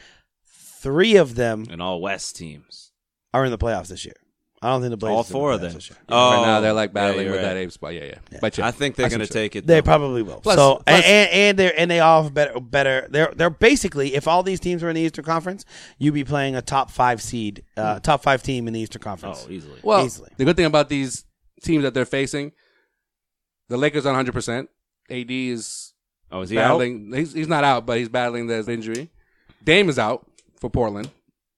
S2: Three of them
S3: And all West teams.
S2: are in the playoffs this year. I don't think the Blazers
S3: all
S2: are in the
S3: four
S2: playoffs
S3: of them. Oh.
S2: this year.
S1: right now they're like
S3: yeah,
S1: battling
S3: you're
S1: with that
S3: right.
S1: ape spot. Yeah, yeah. But yeah,
S3: I think they're
S1: see
S3: going
S1: what
S3: to
S1: you-
S3: take it.
S2: They
S3: though.
S2: probably will.
S1: Plus-
S2: so
S1: plus-
S2: and and they're and they all have better better. They're they're basically if all these teams were in the Eastern Conference, you'd be playing a top five seed,
S1: Hmm.
S2: uh, top five team in the Eastern Conference.
S3: Oh, easily.
S1: Well,
S2: Easily.
S1: the good thing about these teams that they're facing, the Lakers are 100%. AD is
S3: Oh, is he out?
S1: battling. He's, he's not out, but he's battling the injury. Dame is out for Portland.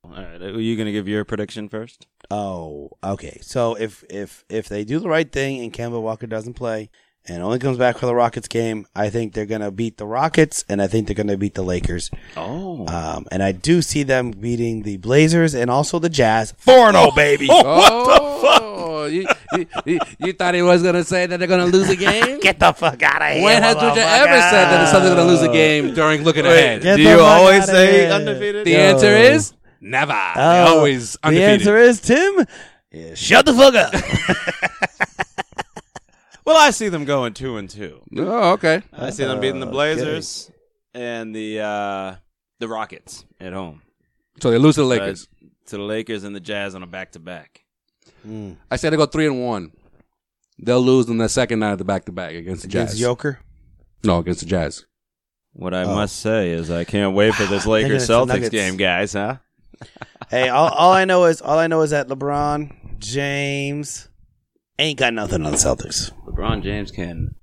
S3: All right. Are you going to give your prediction first?
S2: Oh, okay. So if if if they do the right thing and Kemba Walker doesn't play and only comes back for the Rockets game, I think they're gonna beat the Rockets and I think they're gonna beat the Lakers.
S3: Oh.
S2: Um, and I do see them beating the Blazers and also the Jazz. Four and oh, baby.
S1: Oh, what the fuck? You, you, you, you thought he was going to say that they're going to lose a game?
S2: Get the fuck out of here.
S1: when has Georgia ever said that the Suns are going to lose a game during looking ahead?
S2: get
S3: Do
S2: the
S3: you
S2: fuck
S3: always
S2: outta
S3: say
S2: here.
S3: undefeated?
S1: the
S2: Yo.
S1: answer is never. They
S2: Oh,
S1: always
S2: The
S1: undefeated.
S2: answer is Tim. yeah, shut the fuck up.
S3: Well, I see them going two and two.
S1: oh, okay.
S3: I see them beating the
S1: Oh,
S2: Okay.
S3: Blazers and the uh, the Rockets at home.
S1: So they lose to the Lakers.
S3: Uh, to the Lakers and the Jazz on a back to back.
S2: Mm.
S1: I said they go three and one. They'll lose in the second night of the back to back against the
S2: Against
S1: Jazz.
S2: Joker.
S1: no, against the Jazz.
S3: What I
S2: Oh.
S3: must say is I can't wait for this Lakers
S2: it's the
S3: Celtics
S2: Nuggets.
S3: game, guys, huh?
S2: hey, all, all I know is all I know is that LeBron James ain't got nothing on the Celtics.
S3: LeBron James can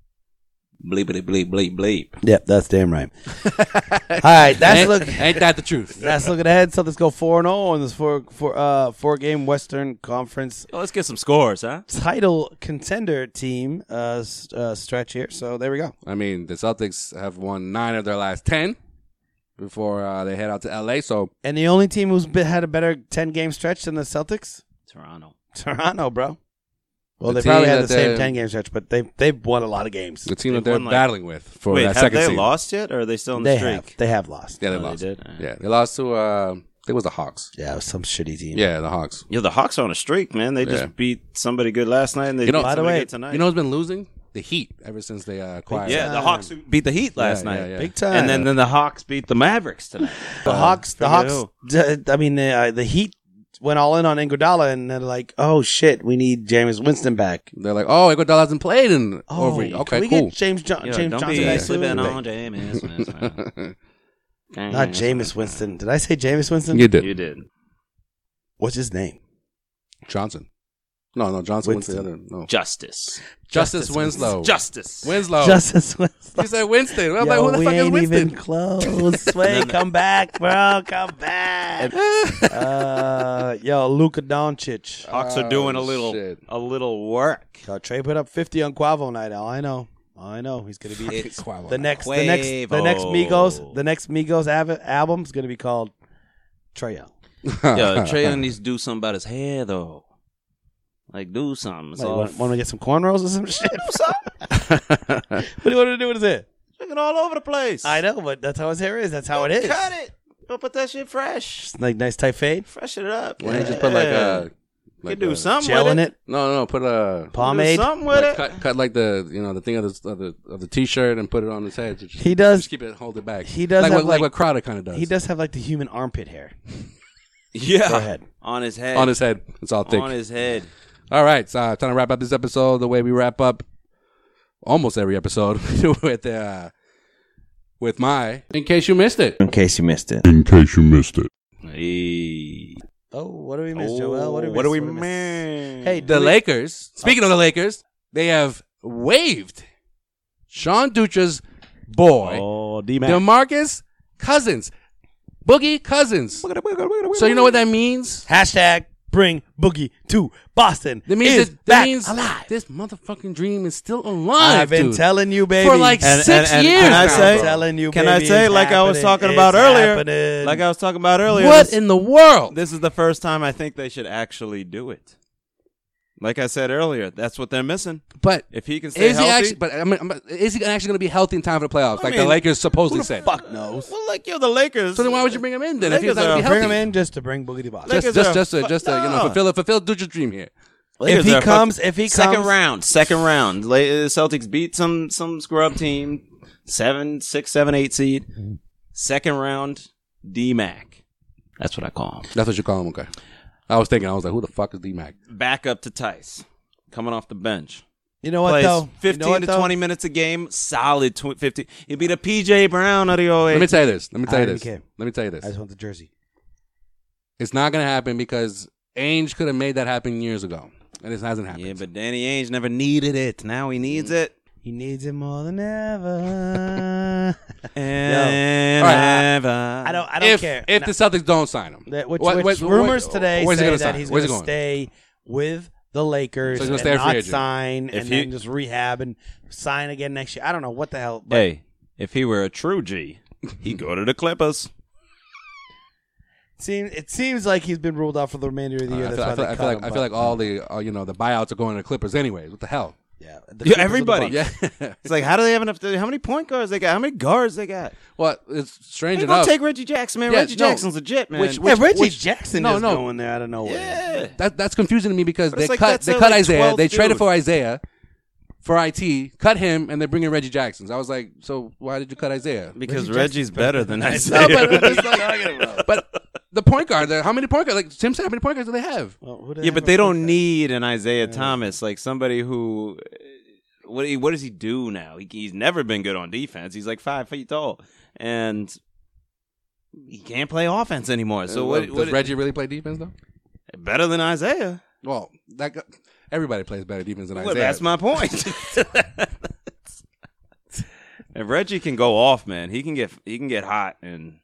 S3: bleepity bleep bleep bleep.
S2: Yep, that's damn right. all right, that's
S1: ain't,
S2: look.
S1: ain't that the truth?
S2: That's looking ahead. Celtics go four and zero in this four four uh four game Western Conference
S3: Well, let's get some scores, huh?
S2: title contender team uh, s- uh stretch here. So there we go.
S1: I mean, the Celtics have won nine of their last ten. before uh, they head out to LA. So
S2: And the only team who's been, had a better 10 game stretch than the Celtics?
S4: Toronto.
S2: Toronto, bro. Well,
S1: The
S2: they probably
S1: team
S2: had
S1: that
S2: the same
S1: they-
S2: 10 game stretch, but they've, they've won a lot of games.
S1: the team that
S3: They've
S1: they're
S3: won, like-
S1: battling with for
S3: Wait,
S1: that
S3: have
S1: second
S3: they
S1: seed.
S3: lost yet, or are they still on the
S2: They
S3: streak?
S2: have, they have lost.
S1: Yeah, they
S4: Oh, they
S1: lost.
S4: did? Alright.
S1: Yeah, they lost to uh, I think it was the Hawks.
S2: Yeah, it was some shitty team.
S1: Yeah, the Hawks.
S3: Yo, the Hawks are on a streak, man. They just
S1: Yeah.
S3: beat somebody good last night, and they
S1: You know-
S3: beat
S1: By the
S3: somebody
S2: way,
S3: good tonight.
S1: You know who's been losing? The Heat ever since they uh, acquired.
S3: yeah, the Hawks who beat the Heat last
S1: yeah,
S3: night,
S1: yeah.
S2: Big time.
S3: and then, then the Hawks beat the Mavericks tonight.
S1: Uh,
S2: the Hawks, the
S3: forget
S2: Hawks, d- I mean, uh, the Heat went all in on Iguodala, and they're like, oh shit, we need James Winston back.
S1: They're like, oh, Iguodala hasn't played in
S2: Oh,
S1: over.
S2: can
S1: Okay,
S2: we
S1: cool.
S2: get James, jo-
S4: Yo,
S2: James
S4: don't
S2: Johnson
S4: be
S2: back
S4: slipping
S2: soon?
S4: on Jameis Winston. Dang,
S2: Not
S4: that's
S2: Jameis
S4: what-
S2: Winston. Did I say Jameis Winston?
S1: you did
S4: You did.
S2: What's his name?
S1: Johnson. No, no, Johnson
S2: Winston.
S1: Winston. Winston. No,
S4: Justice.
S1: Justice,
S2: Justice
S1: Winslow.
S4: Justice.
S1: Winslow.
S2: Justice Winston.
S1: You said Winston. I'm
S2: Yo,
S1: like, Oh. who the
S2: we
S1: fuck is
S2: ain't
S1: Winston?
S2: even close. Sway, come back, bro. Come back. uh, yo, Luka Doncic.
S3: Hawks are doing a little
S1: shit.
S3: a little work.
S2: Yo, Trey put up 50 on Quavo night. All I know. All I know. He's going to be
S3: It's
S1: Quavo.
S2: the next, the next, the next
S3: Quavo.
S2: Migos. The next Migos av- album is going to be called Trey Young.
S3: Yo, Trey Young needs to do something about his hair though. Like do something. It's
S2: Like,
S3: all-
S2: want, want to get some cornrows or some shit? what do you want to do with his hair?
S3: Looking all over the place.
S2: I know, but that's how his hair is. That's how it is.
S3: Cut it. Don't put that shit fresh.
S2: It's Like nice tight fade,
S3: Freshen it up.
S1: Why don't you just put like a.
S3: Yeah.
S1: Like
S3: you can do
S1: a-
S3: something
S2: gel
S3: with
S2: in
S3: it.
S2: it,
S1: No, no, no, put a.
S2: pomade.
S3: Do something with
S1: Like,
S3: it.
S1: cut, cut like the you know the thing of the of the, of the t-shirt and put it on his head. Just,
S2: He does-
S1: Just keep it hold it back.
S2: he does
S1: like
S2: have,
S1: what, like,
S2: like-
S1: what Crowder kind of does.
S2: He does have like the human armpit hair.
S3: Yeah.
S2: Go ahead.
S3: On his head.
S1: on his head. It's all thick.
S3: On his head.
S1: All right, so uh, time to wrap up this episode the way we wrap up almost every episode with uh, with my. In case you missed it,
S3: In case you missed it.
S5: in case you missed it.
S3: Hey.
S2: Oh, what do we miss, Joel? What do we miss?
S3: Oh, we
S2: miss?
S3: miss?
S2: Hey,
S1: the
S2: do we-
S1: Lakers. Speaking of the Lakers, they have waived Sean Dutra's boy,
S4: Oh, D Mac.
S1: DeMarcus Cousins, Boogie Cousins. So you know what that means?
S2: Hashtag bring Boogie to Boston.
S1: That means
S2: is
S1: that, that
S2: back
S1: means
S2: alive.
S1: this motherfucking dream is still alive.
S2: I've been
S1: dude.
S2: telling you, baby.
S1: For like
S3: And-
S1: six
S3: and- and
S1: years.
S3: can I
S1: now,
S3: say-
S2: I'm
S1: bro.
S2: telling you,
S3: Can
S2: baby,
S3: I say,
S2: it's
S3: like I was
S2: happening.
S3: talking
S2: It's
S3: about earlier,
S2: happening.
S3: like I was talking about earlier,
S1: what
S3: this,
S1: in the world?
S3: this is the first time I think they should actually do it. Like I said earlier, that's what they're missing.
S1: But
S3: If he can stay
S1: is he
S3: healthy,
S1: actually? But I mean, I'm- is he actually going to be healthy in time for the playoffs?
S3: I
S1: like the
S3: mean,
S1: Lakers supposedly said.
S2: fuck knows.
S3: well, like yo, the Lakers.
S1: So then why would you bring him in then? If he's
S3: Lakers
S1: not
S3: are-
S1: going to be
S2: Bring him
S1: healthy,
S2: in just to bring Boogie to Boston.
S1: just
S3: Lakers
S1: just
S3: are
S1: just, to,
S3: fu-
S1: just to, you know
S3: No.
S1: fulfill fulfill Dutra's dream here.
S2: If he comes, if he
S3: second
S2: comes,
S3: round, second round, La- uh, Celtics beat some some scrub team, seven, six, seven, eight seed, second round, D Mac. That's what I call him.
S1: That's what you call him, okay? I was thinking, I was like, who the fuck is D Mac?
S3: Back up to Tice, coming off the bench.
S2: you know what
S3: plays
S2: though?
S3: 15
S2: you know what,
S3: to
S2: though?
S3: 20 minutes a game, solid tw- 50. He'd be the PJ Brown of the
S1: Let me
S3: 08.
S1: tell you this. Let me tell
S2: I
S1: you
S2: don't
S1: this.
S2: care.
S1: Let me tell you
S2: I just
S1: this.
S2: want the jersey.
S1: It's not going to happen because Ainge could have made that happen years ago, and it hasn't happened.
S3: yeah, but Danny Ainge never needed it. Now he needs it.
S2: He needs it more than ever.
S3: And
S1: All right.
S3: never.
S2: I don't. I don't
S1: if,
S2: care.
S1: If
S2: No.
S1: the Celtics don't sign him,
S2: That, which,
S1: What-
S2: which
S1: what- what-
S2: rumors today
S1: where's he
S2: say
S1: gonna
S2: that
S1: sign?
S2: he's
S1: Where's
S2: going
S1: he
S2: to
S1: going?
S2: stay with the Lakers
S1: So he's gonna
S2: and
S1: stay a free
S2: not
S1: agent.
S2: sign
S3: If
S2: and
S3: he-
S2: then just rehab and sign again next year. I don't know what the hell. But
S3: Hey, if he were a true G, he'd go to the Clippers.
S2: it, seems, it seems like he's been ruled out for the remainder of the year.
S1: I
S2: That's
S1: feel,
S2: why
S1: I feel,
S2: they
S1: I feel
S2: cut
S1: like
S2: him,
S1: I
S2: but-
S1: feel like all the uh, you know the buyouts are going to the Clippers anyways. What the hell?
S2: yeah, the Clippers
S3: Yeah,
S2: are the
S3: everybody.
S2: Bucks.
S1: Yeah.
S3: It's like, how do they have enough? How many point guards they got? How many guards they got?
S1: well, it's strange
S3: They gonna
S1: enough.
S3: take Reggie Jackson, man.
S1: Yeah,
S3: Reggie
S1: no.
S3: Jackson's legit, man.
S1: Which-
S2: Yeah, Reggie
S1: which-
S2: Jackson
S1: no,
S2: is
S1: no.
S2: going there out of nowhere.
S3: yeah.
S1: That that's confusing to me because
S3: But
S1: they
S3: it's like
S1: cut
S3: that's
S1: they
S3: a,
S1: cut
S3: like,
S1: Isaiah.
S3: 12th
S1: They traded
S3: dude.
S1: for Isaiah for IT, cut him, and they bring in Reggie Jackson. I was like, so why did you cut Isaiah?
S3: Because Reggie's better than I
S1: No,
S3: said.
S1: but, I'm just like, but the point guard, the- how many point guards? Like Tim said, how many point guards do they have?
S2: Well, who do
S3: Yeah,
S2: have
S3: but
S2: a
S3: they
S2: point
S3: don't
S2: guard?
S3: need an Isaiah Thomas, like somebody who. uh, What he, what does he do now? He, he's never been good on defense. He's like five feet tall, and he can't play offense anymore. So what?
S1: Uh, does
S3: what
S1: Reggie really play defense though?
S3: better than Isaiah?
S1: Well, that gu- everybody plays better defense than
S3: Well,
S1: Isaiah.
S3: that's my point. if Reggie can go off, man, he can get he can get hot, and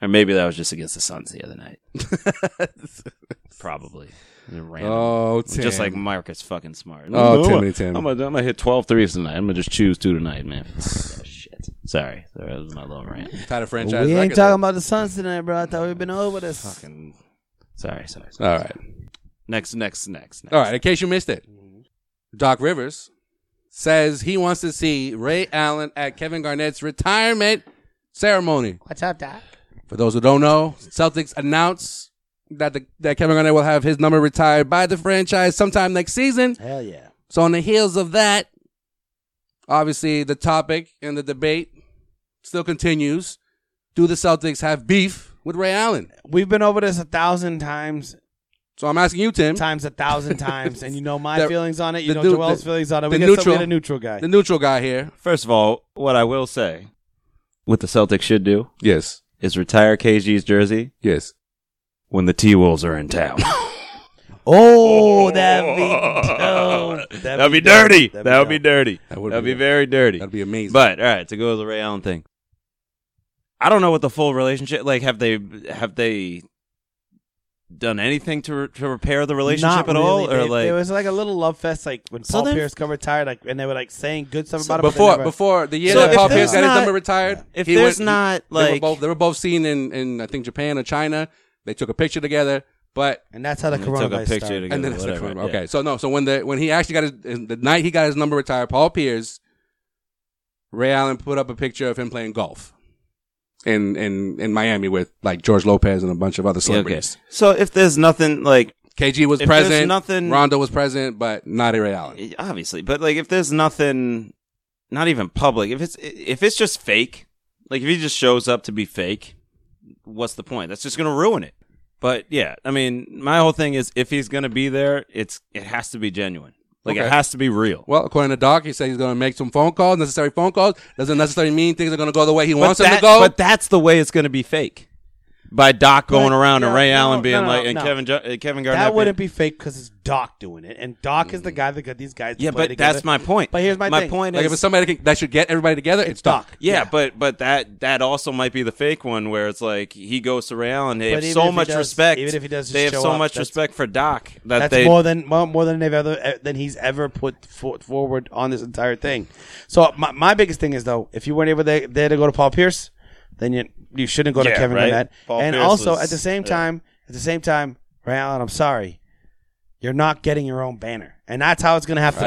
S3: or maybe that was just against the Suns the other night. Probably. Random.
S1: oh, Tim.
S3: Just like Marcus fucking smart.
S1: Oh,
S3: No,
S1: Timmy,
S3: I'm
S1: Timmy. Oh,
S3: gonna, I'm gonna hit 12 threes tonight. I'm gonna just choose two tonight, man. Fuck that shit.
S4: Sorry, that was my little rant.
S1: Tied a
S2: We
S1: franchise.
S2: ain't
S1: record
S2: talking
S1: there.
S2: about the Suns tonight, bro. I thought we'd been over this.
S4: Fucking. Sorry, sorry. sorry.
S1: All right.
S4: Next, next, next, next.
S1: All right. In case you missed it, Doc Rivers says he wants to see Ray Allen at Kevin Garnett's retirement ceremony.
S2: What's up, Doc?
S1: For those who don't know, Celtics announced that the, that Kevin Garnett will have his number retired by the franchise sometime next season.
S2: Hell yeah.
S1: So on the heels of that, obviously the topic and the debate still continues. Do the Celtics have beef with Ray Allen?
S2: We've been over this a thousand times,
S1: So I'm asking you, Tim,
S2: times a thousand times, and you know my
S1: The-
S2: feelings on it. You
S1: the
S2: know
S1: new-
S2: Joel's
S1: the-
S2: feelings on it.
S1: the
S2: We get neutral,
S1: neutral-
S2: a neutral guy.
S1: the neutral guy here.
S3: First of all, what I will say, what the Celtics should do
S1: Yes.
S3: is retire KG's jersey
S1: Yes.
S3: when the T Wolves are in town.
S2: oh, that'd be dope.
S3: That'd be dirty.
S2: Oh, dope.
S3: That would be
S2: dope.
S3: dirty.
S1: That
S3: That
S1: would
S3: would
S1: be
S3: be
S1: dope.
S3: very dirty.
S1: That'd be amazing.
S3: But all right, to go with the Ray Allen thing, I don't know what the full relationship like. Have they have they done anything to re- to repair the relationship
S2: Not
S3: at all,
S2: really.
S3: or
S2: They-
S3: like
S2: there was like a little love fest, like when
S3: So
S2: Paul
S3: then-
S2: Pierce got retired, like and they were like saying good stuff
S3: So
S2: about him. but they
S1: before
S2: never-
S1: before the year
S3: So
S1: that
S3: if
S1: Paul Pierce
S3: there's
S1: got his
S3: not-
S1: number retired,
S3: if
S1: he went-
S3: there's
S1: he-
S3: not
S1: they were
S3: like
S1: both they were both seen in in I think Japan or China. They took a picture together, but
S2: and that's how the
S3: They took a
S2: coronavirus
S3: picture
S2: started.
S3: together,
S1: and then it's like,
S3: whatever, yeah.
S1: okay, so no, so when the when he actually got his the night he got his number retired, Paul Pierce, Ray Allen put up a picture of him playing golf in in in Miami with like George Lopez and a bunch of other
S3: Yeah, okay.
S1: celebrities.
S3: So if there's nothing like
S1: KG was
S3: If there's
S1: present,
S3: nothing-
S1: Rondo was present, but not Ray Allen.
S3: obviously, but like if there's nothing, not even public. If it's if it's just fake, like if he just shows up to be fake, what's the point? That's just gonna ruin it. But yeah, I mean, my whole thing is if he's gonna be there, it's it has to be genuine. Like
S1: Okay.
S3: it has to be real.
S1: Well, according to Doc, he said he's going to make some phone calls, necessary phone calls. Doesn't necessarily mean things are going to go the way he wants them
S3: that-
S1: to go.
S3: but that's the way it's going to be fake. By Doc going around and
S2: no,
S3: Ray
S2: no,
S3: Allen being
S2: no, no,
S3: like, and
S2: no.
S3: Kevin jo- uh, Kevin Garnett.
S2: that
S3: being-
S2: wouldn't be fake because it's Doc doing it, and Doc
S3: Mm.
S2: is the guy that got these guys. to
S3: Yeah,
S2: play
S3: but
S2: together.
S3: that's my point.
S2: But here's my
S3: my
S2: thing.
S3: point
S1: like
S3: is
S1: if it's somebody that can- that should get everybody together, it's, Doc.
S3: Yeah, but but that that also might be the fake one where it's like he goes to Ray Allen. They
S2: But
S3: have
S2: even if he
S3: so much
S2: does-
S3: respect.
S2: even if he does just
S3: they have
S2: show
S3: so
S2: up,
S3: much
S2: that's-
S3: respect for Doc that
S2: That's
S3: they.
S2: more than more, more than they've ever eh, than he's ever put for, forward on this entire thing. So my, my biggest thing is though, if you weren't ever there, there to go to Paul Pierce, then you you shouldn't go to
S3: Yeah,
S2: Kevin
S3: right?
S2: Garnett.
S3: Paul
S2: and
S3: Pierce
S2: also
S3: was-
S2: at the same
S3: yeah.
S2: time, at the same time, Ray Allen, I'm sorry, you're not getting your own banner, and that's how it's gonna have to be.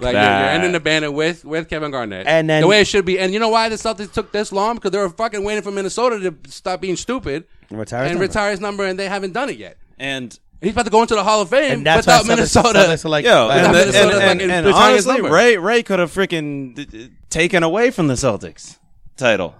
S1: Like you're,
S3: that.
S1: you're ending the banner with with Kevin Garnett,
S2: And then-
S1: the way it should be. And you know why the Celtics took this long? Because they were fucking waiting for Minnesota to stop being stupid
S2: And retire his
S1: and
S2: number.
S1: retire his number, and they haven't done it yet.
S3: and
S1: He's about to go into the Hall of Fame
S2: And that's
S1: without
S2: why
S1: Minnesota.
S2: Celtics are like,
S3: yo,
S2: like,
S3: and, the,
S2: Minnesota's
S3: and,
S2: like,
S3: and,
S1: fucking
S3: and
S1: retiring his
S3: honestly,
S1: number.
S3: Ray Ray could have freaking d- d- taken away from the Celtics title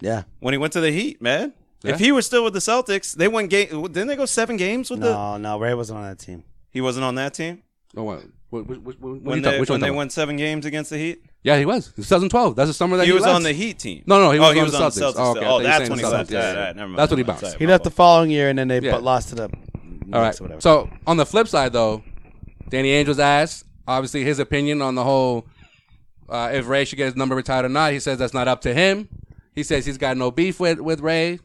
S2: yeah.
S3: when he went to the Heat, man.
S1: Yeah.
S3: If he were still with the Celtics, they won game. Didn't they go seven games with the?
S2: No, no, Ray wasn't on that team.
S3: He wasn't on that team
S1: Oh, what, what, what, what, what
S3: when
S1: you talk-
S3: they,
S1: which
S3: when
S1: one
S3: they
S1: talking
S3: won seven games against the Heat.
S1: about? Yeah, he was. 2012. That's the summer that
S3: He,
S1: he,
S3: was
S1: left.
S3: on the Heat team.
S1: No, no, he was
S3: oh, he
S1: on
S3: was
S1: the
S3: on
S1: Celtics.
S3: the Celtics.
S1: Oh, okay. I thought
S3: Oh,
S1: you
S3: that's
S1: were
S3: when he
S1: saying
S3: left.
S1: Celtics. Yeah,
S3: Yeah,
S1: yeah.
S3: yeah. Never mind.
S1: That's when he
S3: Never mind.
S1: bounced.
S3: Sorry,
S2: He
S3: my
S2: left the
S3: fault.
S2: following year, and then they
S1: Yeah.
S2: but lost to the.
S1: All right.
S2: whatever.
S1: So on the flip side, though, Danny Angels asked obviously his opinion on the whole uh, if Ray should get his number retired or not. He says that's not up to him. He says he's got no beef with with Ray.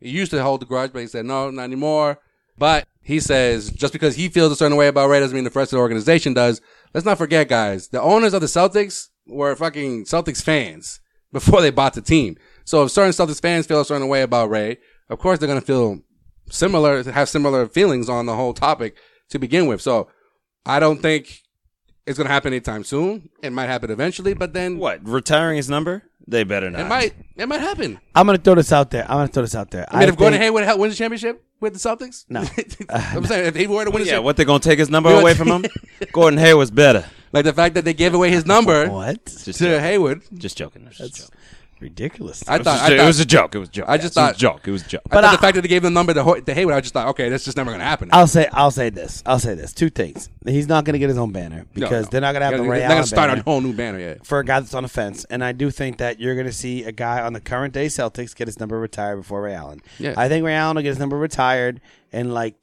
S1: He used to hold the grudge, but he said no, not anymore. But he says just because he feels a certain way about Ray doesn't mean the rest of the organization does. Let's not forget, guys, the owners of the Celtics were fucking Celtics fans before they bought the team. So if certain Celtics fans feel a certain way about Ray, of course they're gonna feel similar have similar feelings on the whole topic to begin with. So I don't think it's gonna happen anytime soon. It might happen eventually, but then
S3: What retiring his number? They better not.
S1: it might it might happen.
S2: I'm gonna throw this out there. I'm gonna throw this out there.
S1: I mean, if Gordon
S2: think-
S1: Hayward hel- wins the championship with the Celtics,
S2: No.
S1: I'm saying if he were to win, the
S3: Yeah,
S1: cha-
S3: what they gonna take his number
S1: You know
S3: away
S1: what-
S3: from him? Gordon Hayward's better.
S1: like the fact that they gave away his number
S2: what?
S3: Just
S1: to
S3: joking.
S1: Hayward,
S3: Just joking. It was just a joke.
S2: Ridiculous.
S1: I
S3: It was
S1: thought,
S3: just a-
S1: I
S3: it was
S1: thought,
S3: a joke. It was a joke.
S1: I just
S3: It was
S1: thought-
S3: a joke. It was a joke.
S1: I thought
S2: But Oh,
S1: the
S2: I-
S1: fact that they gave the number to, Ho- to Hayward, I just thought, okay, that's just never gonna happen.
S2: I'll say I'll say this. I'll say this. Two things. He's not going to get his own banner
S1: No,
S2: because
S1: no.
S2: they're not going to have
S1: They're
S2: the Ray
S1: they're
S2: Allen
S1: gonna start
S2: banner
S1: a whole new banner. Yeah,
S2: for a guy that's on the fence. And I do think that you're going to see a guy on the current day Celtics get his number retired before Ray Allen.
S1: Yeah.
S2: I think Ray Allen will get his number retired in like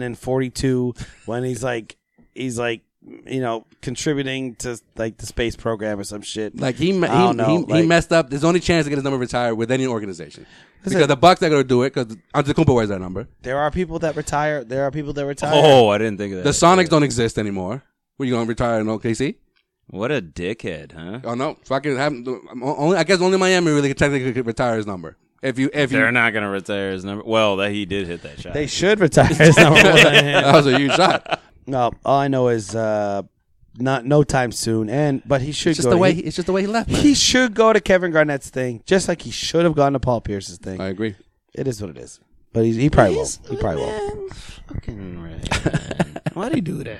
S2: 2042 when he's like he's like you know contributing to like the space program or some shit.
S1: like he
S2: I don't
S1: he,
S2: know,
S1: he,
S2: like-
S1: messed up. There's only chance to get his number retired with any organization because the Bucks are gonna do it because Antetokounmpo wears that number.
S2: There are people that retire.
S1: Oh.
S2: There are people that retire.
S3: Oh, I didn't think of that.
S1: The Sonics don't exist anymore. Were you going to retire in OKC?
S3: What a dickhead, huh?
S1: Oh no, fucking have only. I guess only Miami really could technically could retire his number. If you, if
S3: They're
S1: you,
S3: not gonna retire his number. Well, that he did hit that shot.
S2: They should retire. his number one.
S1: that was a huge shot.
S2: no, all I know is uh, not no time soon. And but he should
S1: It's just
S2: go.
S1: the
S2: to-
S1: way.
S2: he-
S1: He, it's just the way he left. man.
S2: he should go to Kevin Garnett's thing, just like he should have gone to Paul Pierce's thing.
S1: I agree.
S2: It is what it is. But he, he probably won't. He probably won't.
S1: eh,
S3: Why'd he do that?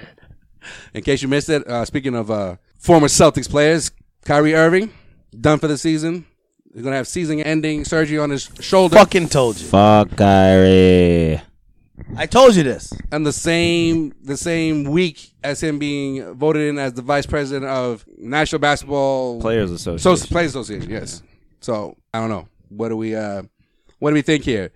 S1: In case you missed it, uh, speaking of uh, former Celtics players, Kyrie Irving done for the season. He's gonna have season-ending surgery on his shoulder,
S2: Fucking told you.
S3: Fuck Kyrie.
S2: I told you this.
S1: and the same the same week as him being voted in as the vice president of National Basketball
S3: Players Association.
S1: So Players Association, yes. So I don't know. What do we uh what do we think here?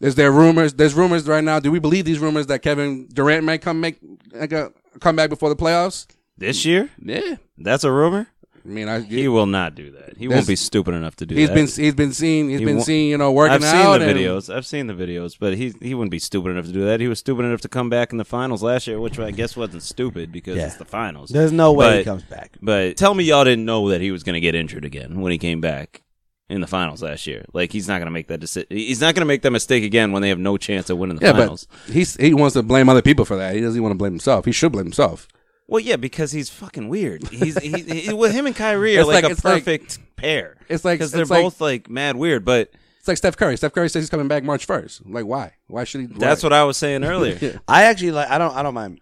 S1: Is there rumors? There's rumors right now. Do we believe these rumors that Kevin Durant might come make like a comeback before the playoffs?
S3: this year?
S1: Yeah.
S3: That's a rumor.
S1: I mean, I,
S3: He will not do that. He
S1: There's-
S3: won't be stupid enough to do
S1: he's
S3: that.
S1: been he's been seen he's
S3: He
S1: been
S3: won't-
S1: seen you know working
S3: I've
S1: out.
S3: seen the
S1: and-
S3: videos. I've seen the videos, but he he wouldn't be stupid enough to do that. He was stupid enough to come back in the finals last year, which I guess wasn't stupid because
S2: Yeah.
S3: it's the finals.
S2: There's no way he
S3: But-
S2: comes back.
S3: But tell me y'all didn't know that he was going to get injured again when he came back in the finals last year. Like he's not going to make that decision. He's not going to make that mistake again when they have no chance of winning the
S1: Yeah,
S3: finals.
S1: but he's, he wants to blame other people for that. He doesn't want to blame himself. He should blame himself.
S3: well, yeah, because he's fucking weird. He's he, he, well, him and Kyrie are
S1: It's
S3: like,
S1: like-
S3: a
S1: it's like-
S3: perfect pair.
S1: it's like-
S3: because they're
S1: it's like-
S3: both like mad weird, but.
S1: It's like Steph Curry. Steph Curry says he's coming back March first. Like why? Why should he?
S3: That's what I was saying earlier.
S2: I actually like. I don't. I don't mind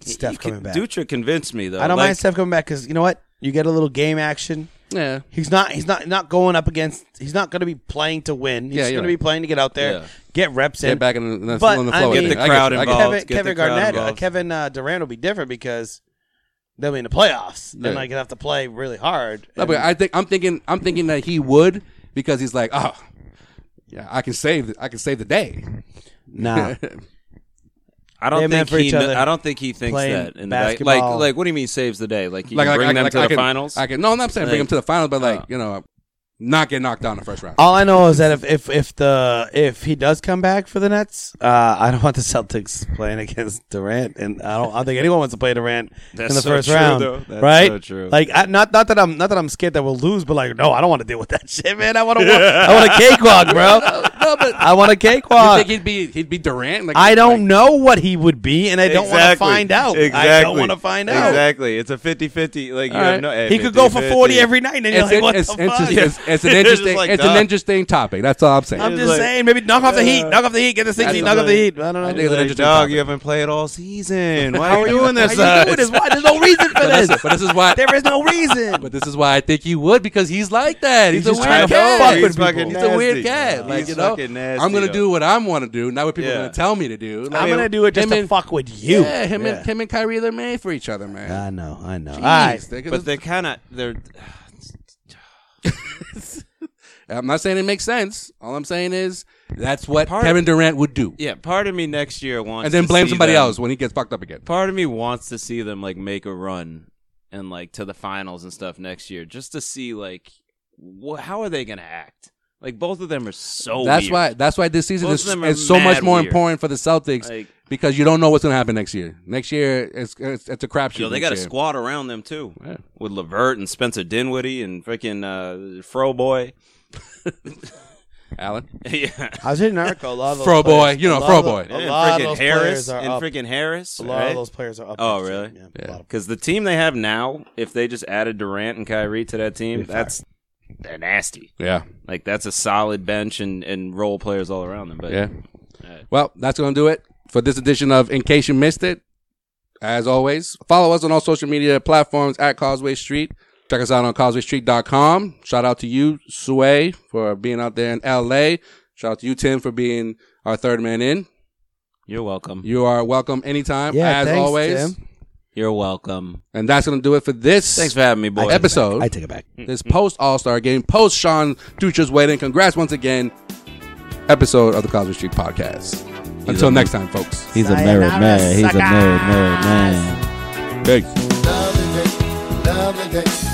S2: Steph
S3: You
S2: coming
S3: can-
S2: back.
S3: Dutra convinced me though.
S2: I don't
S3: Like,
S2: mind Steph coming back because you know what? You get a little game action.
S1: Yeah.
S2: He's not. He's not. Not going up against. He's not going to be playing to win. He's
S1: Yeah,
S2: going
S1: you're
S2: to be
S1: right.
S2: playing to get out there,
S3: Yeah.
S2: get reps
S1: Get
S2: in.
S1: back in the, in the
S2: But,
S1: flow.
S2: I
S1: of
S2: mean-
S1: things.
S2: Get the
S1: I you.
S3: crowd
S1: I you.
S3: involved.
S2: Kevin,
S3: Get the
S2: Kevin
S3: crowd
S2: Garnett, uh,
S3: involved.
S2: Kevin uh, Durant will be different because they'll be in the playoffs
S1: Yeah.
S2: and like they'll have to play really hard.
S1: No, but I think I'm thinking I'm thinking that he would because he's like, oh, yeah, I can save the, I can save the day.
S2: nah,
S3: I don't
S2: They're meant
S3: think
S2: for
S3: he.
S2: each
S3: kn-
S2: other.
S3: I don't think he thinks
S2: Playing
S3: that. And like, like,
S2: basketball.
S3: like, what do you mean saves the day? Like, you
S1: Like,
S3: can
S1: like
S3: bring
S1: I,
S3: them
S1: like,
S3: to
S1: I
S3: the
S1: can,
S3: finals.
S1: I can. No, I'm not saying bring
S3: Like-
S1: him to the final, but like
S3: Oh.
S1: you know, not get knocked down in the first round.
S2: All I know is that if if if the if he does come back for the Nets, uh, I don't want the Celtics playing against Durant, and I don't, I don't think anyone wants to play Durant
S3: That's
S2: in the
S3: so
S2: first
S3: true,
S2: round,
S3: though. That's
S2: right?
S3: so true.
S2: Like, I, not not that I'm not that I'm scared that we'll lose, but like, no, I don't want to deal with that shit, man. I want to, I want a cakewalk, bro.
S1: no, but
S2: I want a
S1: you
S2: cakewalk.
S1: think he'd be he'd be Durant? Like,
S2: I don't
S1: like-
S2: know what he would be, and I don't want to
S3: Exactly.
S2: find out.
S3: Exactly.
S2: I don't want to find out.
S3: Exactly. It's a 50-50. Like you
S1: All
S3: have
S1: right.
S3: no, eh,
S2: He could go for
S3: 50-50.
S2: forty every night, and you're
S1: It's,
S2: like, what
S1: it's,
S2: the
S1: it's,
S2: fuck?
S1: it's, it's, it's an
S3: They're just
S1: interesting
S3: like,
S1: it's
S3: duh.
S1: an interesting topic. That's all I'm saying.
S2: I'm
S3: It's
S2: just
S3: like-
S2: saying, maybe knock off the heat,
S3: Uh,
S2: knock off the heat, get the sixty,
S3: just
S2: knock off the
S3: like-
S2: heat. I don't know.
S1: I think it's an
S3: Like,
S1: interesting
S3: dog,
S1: topic.
S3: you haven't played all season. Why are you doing
S2: Why
S3: this? uh,
S2: you
S3: to
S2: doing this?
S3: us?
S2: Why? There's no reason for
S1: But
S2: this.
S1: that's- but this is why.
S2: There is no reason.
S1: But this is why I think he would because he's like that. He's,
S2: He's
S1: a
S2: just
S1: weird
S2: trying to fuck
S1: cat.
S2: with
S1: He's,
S2: people.
S3: fucking
S1: a weird
S3: nasty.
S1: cat.
S3: Yeah.
S1: Like
S3: He's
S1: you know,
S3: fucking nasty,
S1: I'm gonna
S3: though.
S1: do what I want to do, not what people
S3: Yeah.
S1: are gonna tell me to do. Like,
S2: I'm gonna do it just
S1: him
S2: to
S1: and-
S2: fuck with you.
S1: Yeah, him and him and Kyrie, they're made for each other, man.
S2: I know, I know. All
S1: Jeez,
S2: right.
S1: they could-
S3: But they're kind of they're.
S1: I'm not saying it makes sense. All I'm saying is that's what Kevin Durant would do,
S3: Yeah, part of me next year wants
S1: and then
S3: to
S1: blame
S3: see
S1: somebody
S3: them-
S1: else when he gets fucked up again.
S3: Part of me wants to see them like make a run and like to the finals and stuff next year, just to see like wh- how are they gonna act. Like both of them are
S2: Oh,
S3: so.
S1: that's
S3: weird.
S1: why. That's why this season
S3: Both
S1: is,
S3: of them are
S1: is so
S3: mad
S1: much more
S3: weird.
S1: important for the Celtics
S3: Like-
S1: because you don't know what's gonna happen next year. Next year, it's it's, it's a crapshoot.
S3: Yo, they
S1: next
S3: got a
S1: year.
S3: squad around them too, with Lavert and Spencer Dinwiddie and freaking uh, Fro Boy.
S1: Alan.
S3: yeah,
S2: I was reading an article. A lot of those
S1: Fro boy,
S2: players-
S1: you know,
S2: a lot
S1: fro
S2: of
S1: boy.
S2: tho- A
S3: and
S2: lot of
S3: freaking
S2: those
S3: Harris
S2: players
S3: and
S2: are up.
S3: freaking Harris.
S2: A lot of those players are up.
S3: Oh,
S2: next year.
S3: really?
S2: Yeah, a lot of-
S3: Because the team they have now, if they just added Durant and Kyrie to that team, that's they're nasty.
S1: Yeah,
S3: Like that's a solid bench and and role players all around them. But
S1: yeah. Well, that's gonna do it for this edition of In Case You Missed It. As always, follow us on all social media platforms at Causeway Street. Check us out on causewaystreet.com. Shout out to you, Sway, for being out there in LA. Shout out to you, Tim, for being our third man in.
S3: you're welcome.
S1: You are welcome anytime,
S2: Yeah,
S1: as
S2: thanks,
S1: always.
S2: Tim.
S3: You're welcome.
S1: And that's going to do it for this
S3: Thanks for having me, boys.
S1: episode,
S2: I take it back.
S1: this post All Star game, post Sean Dutra's wedding. Congrats once again, episode of the Causeway Street podcast. Until next time, folks.
S2: He's a married man. He's a married, married man.
S1: Peace.
S5: Lovely day, lovely day.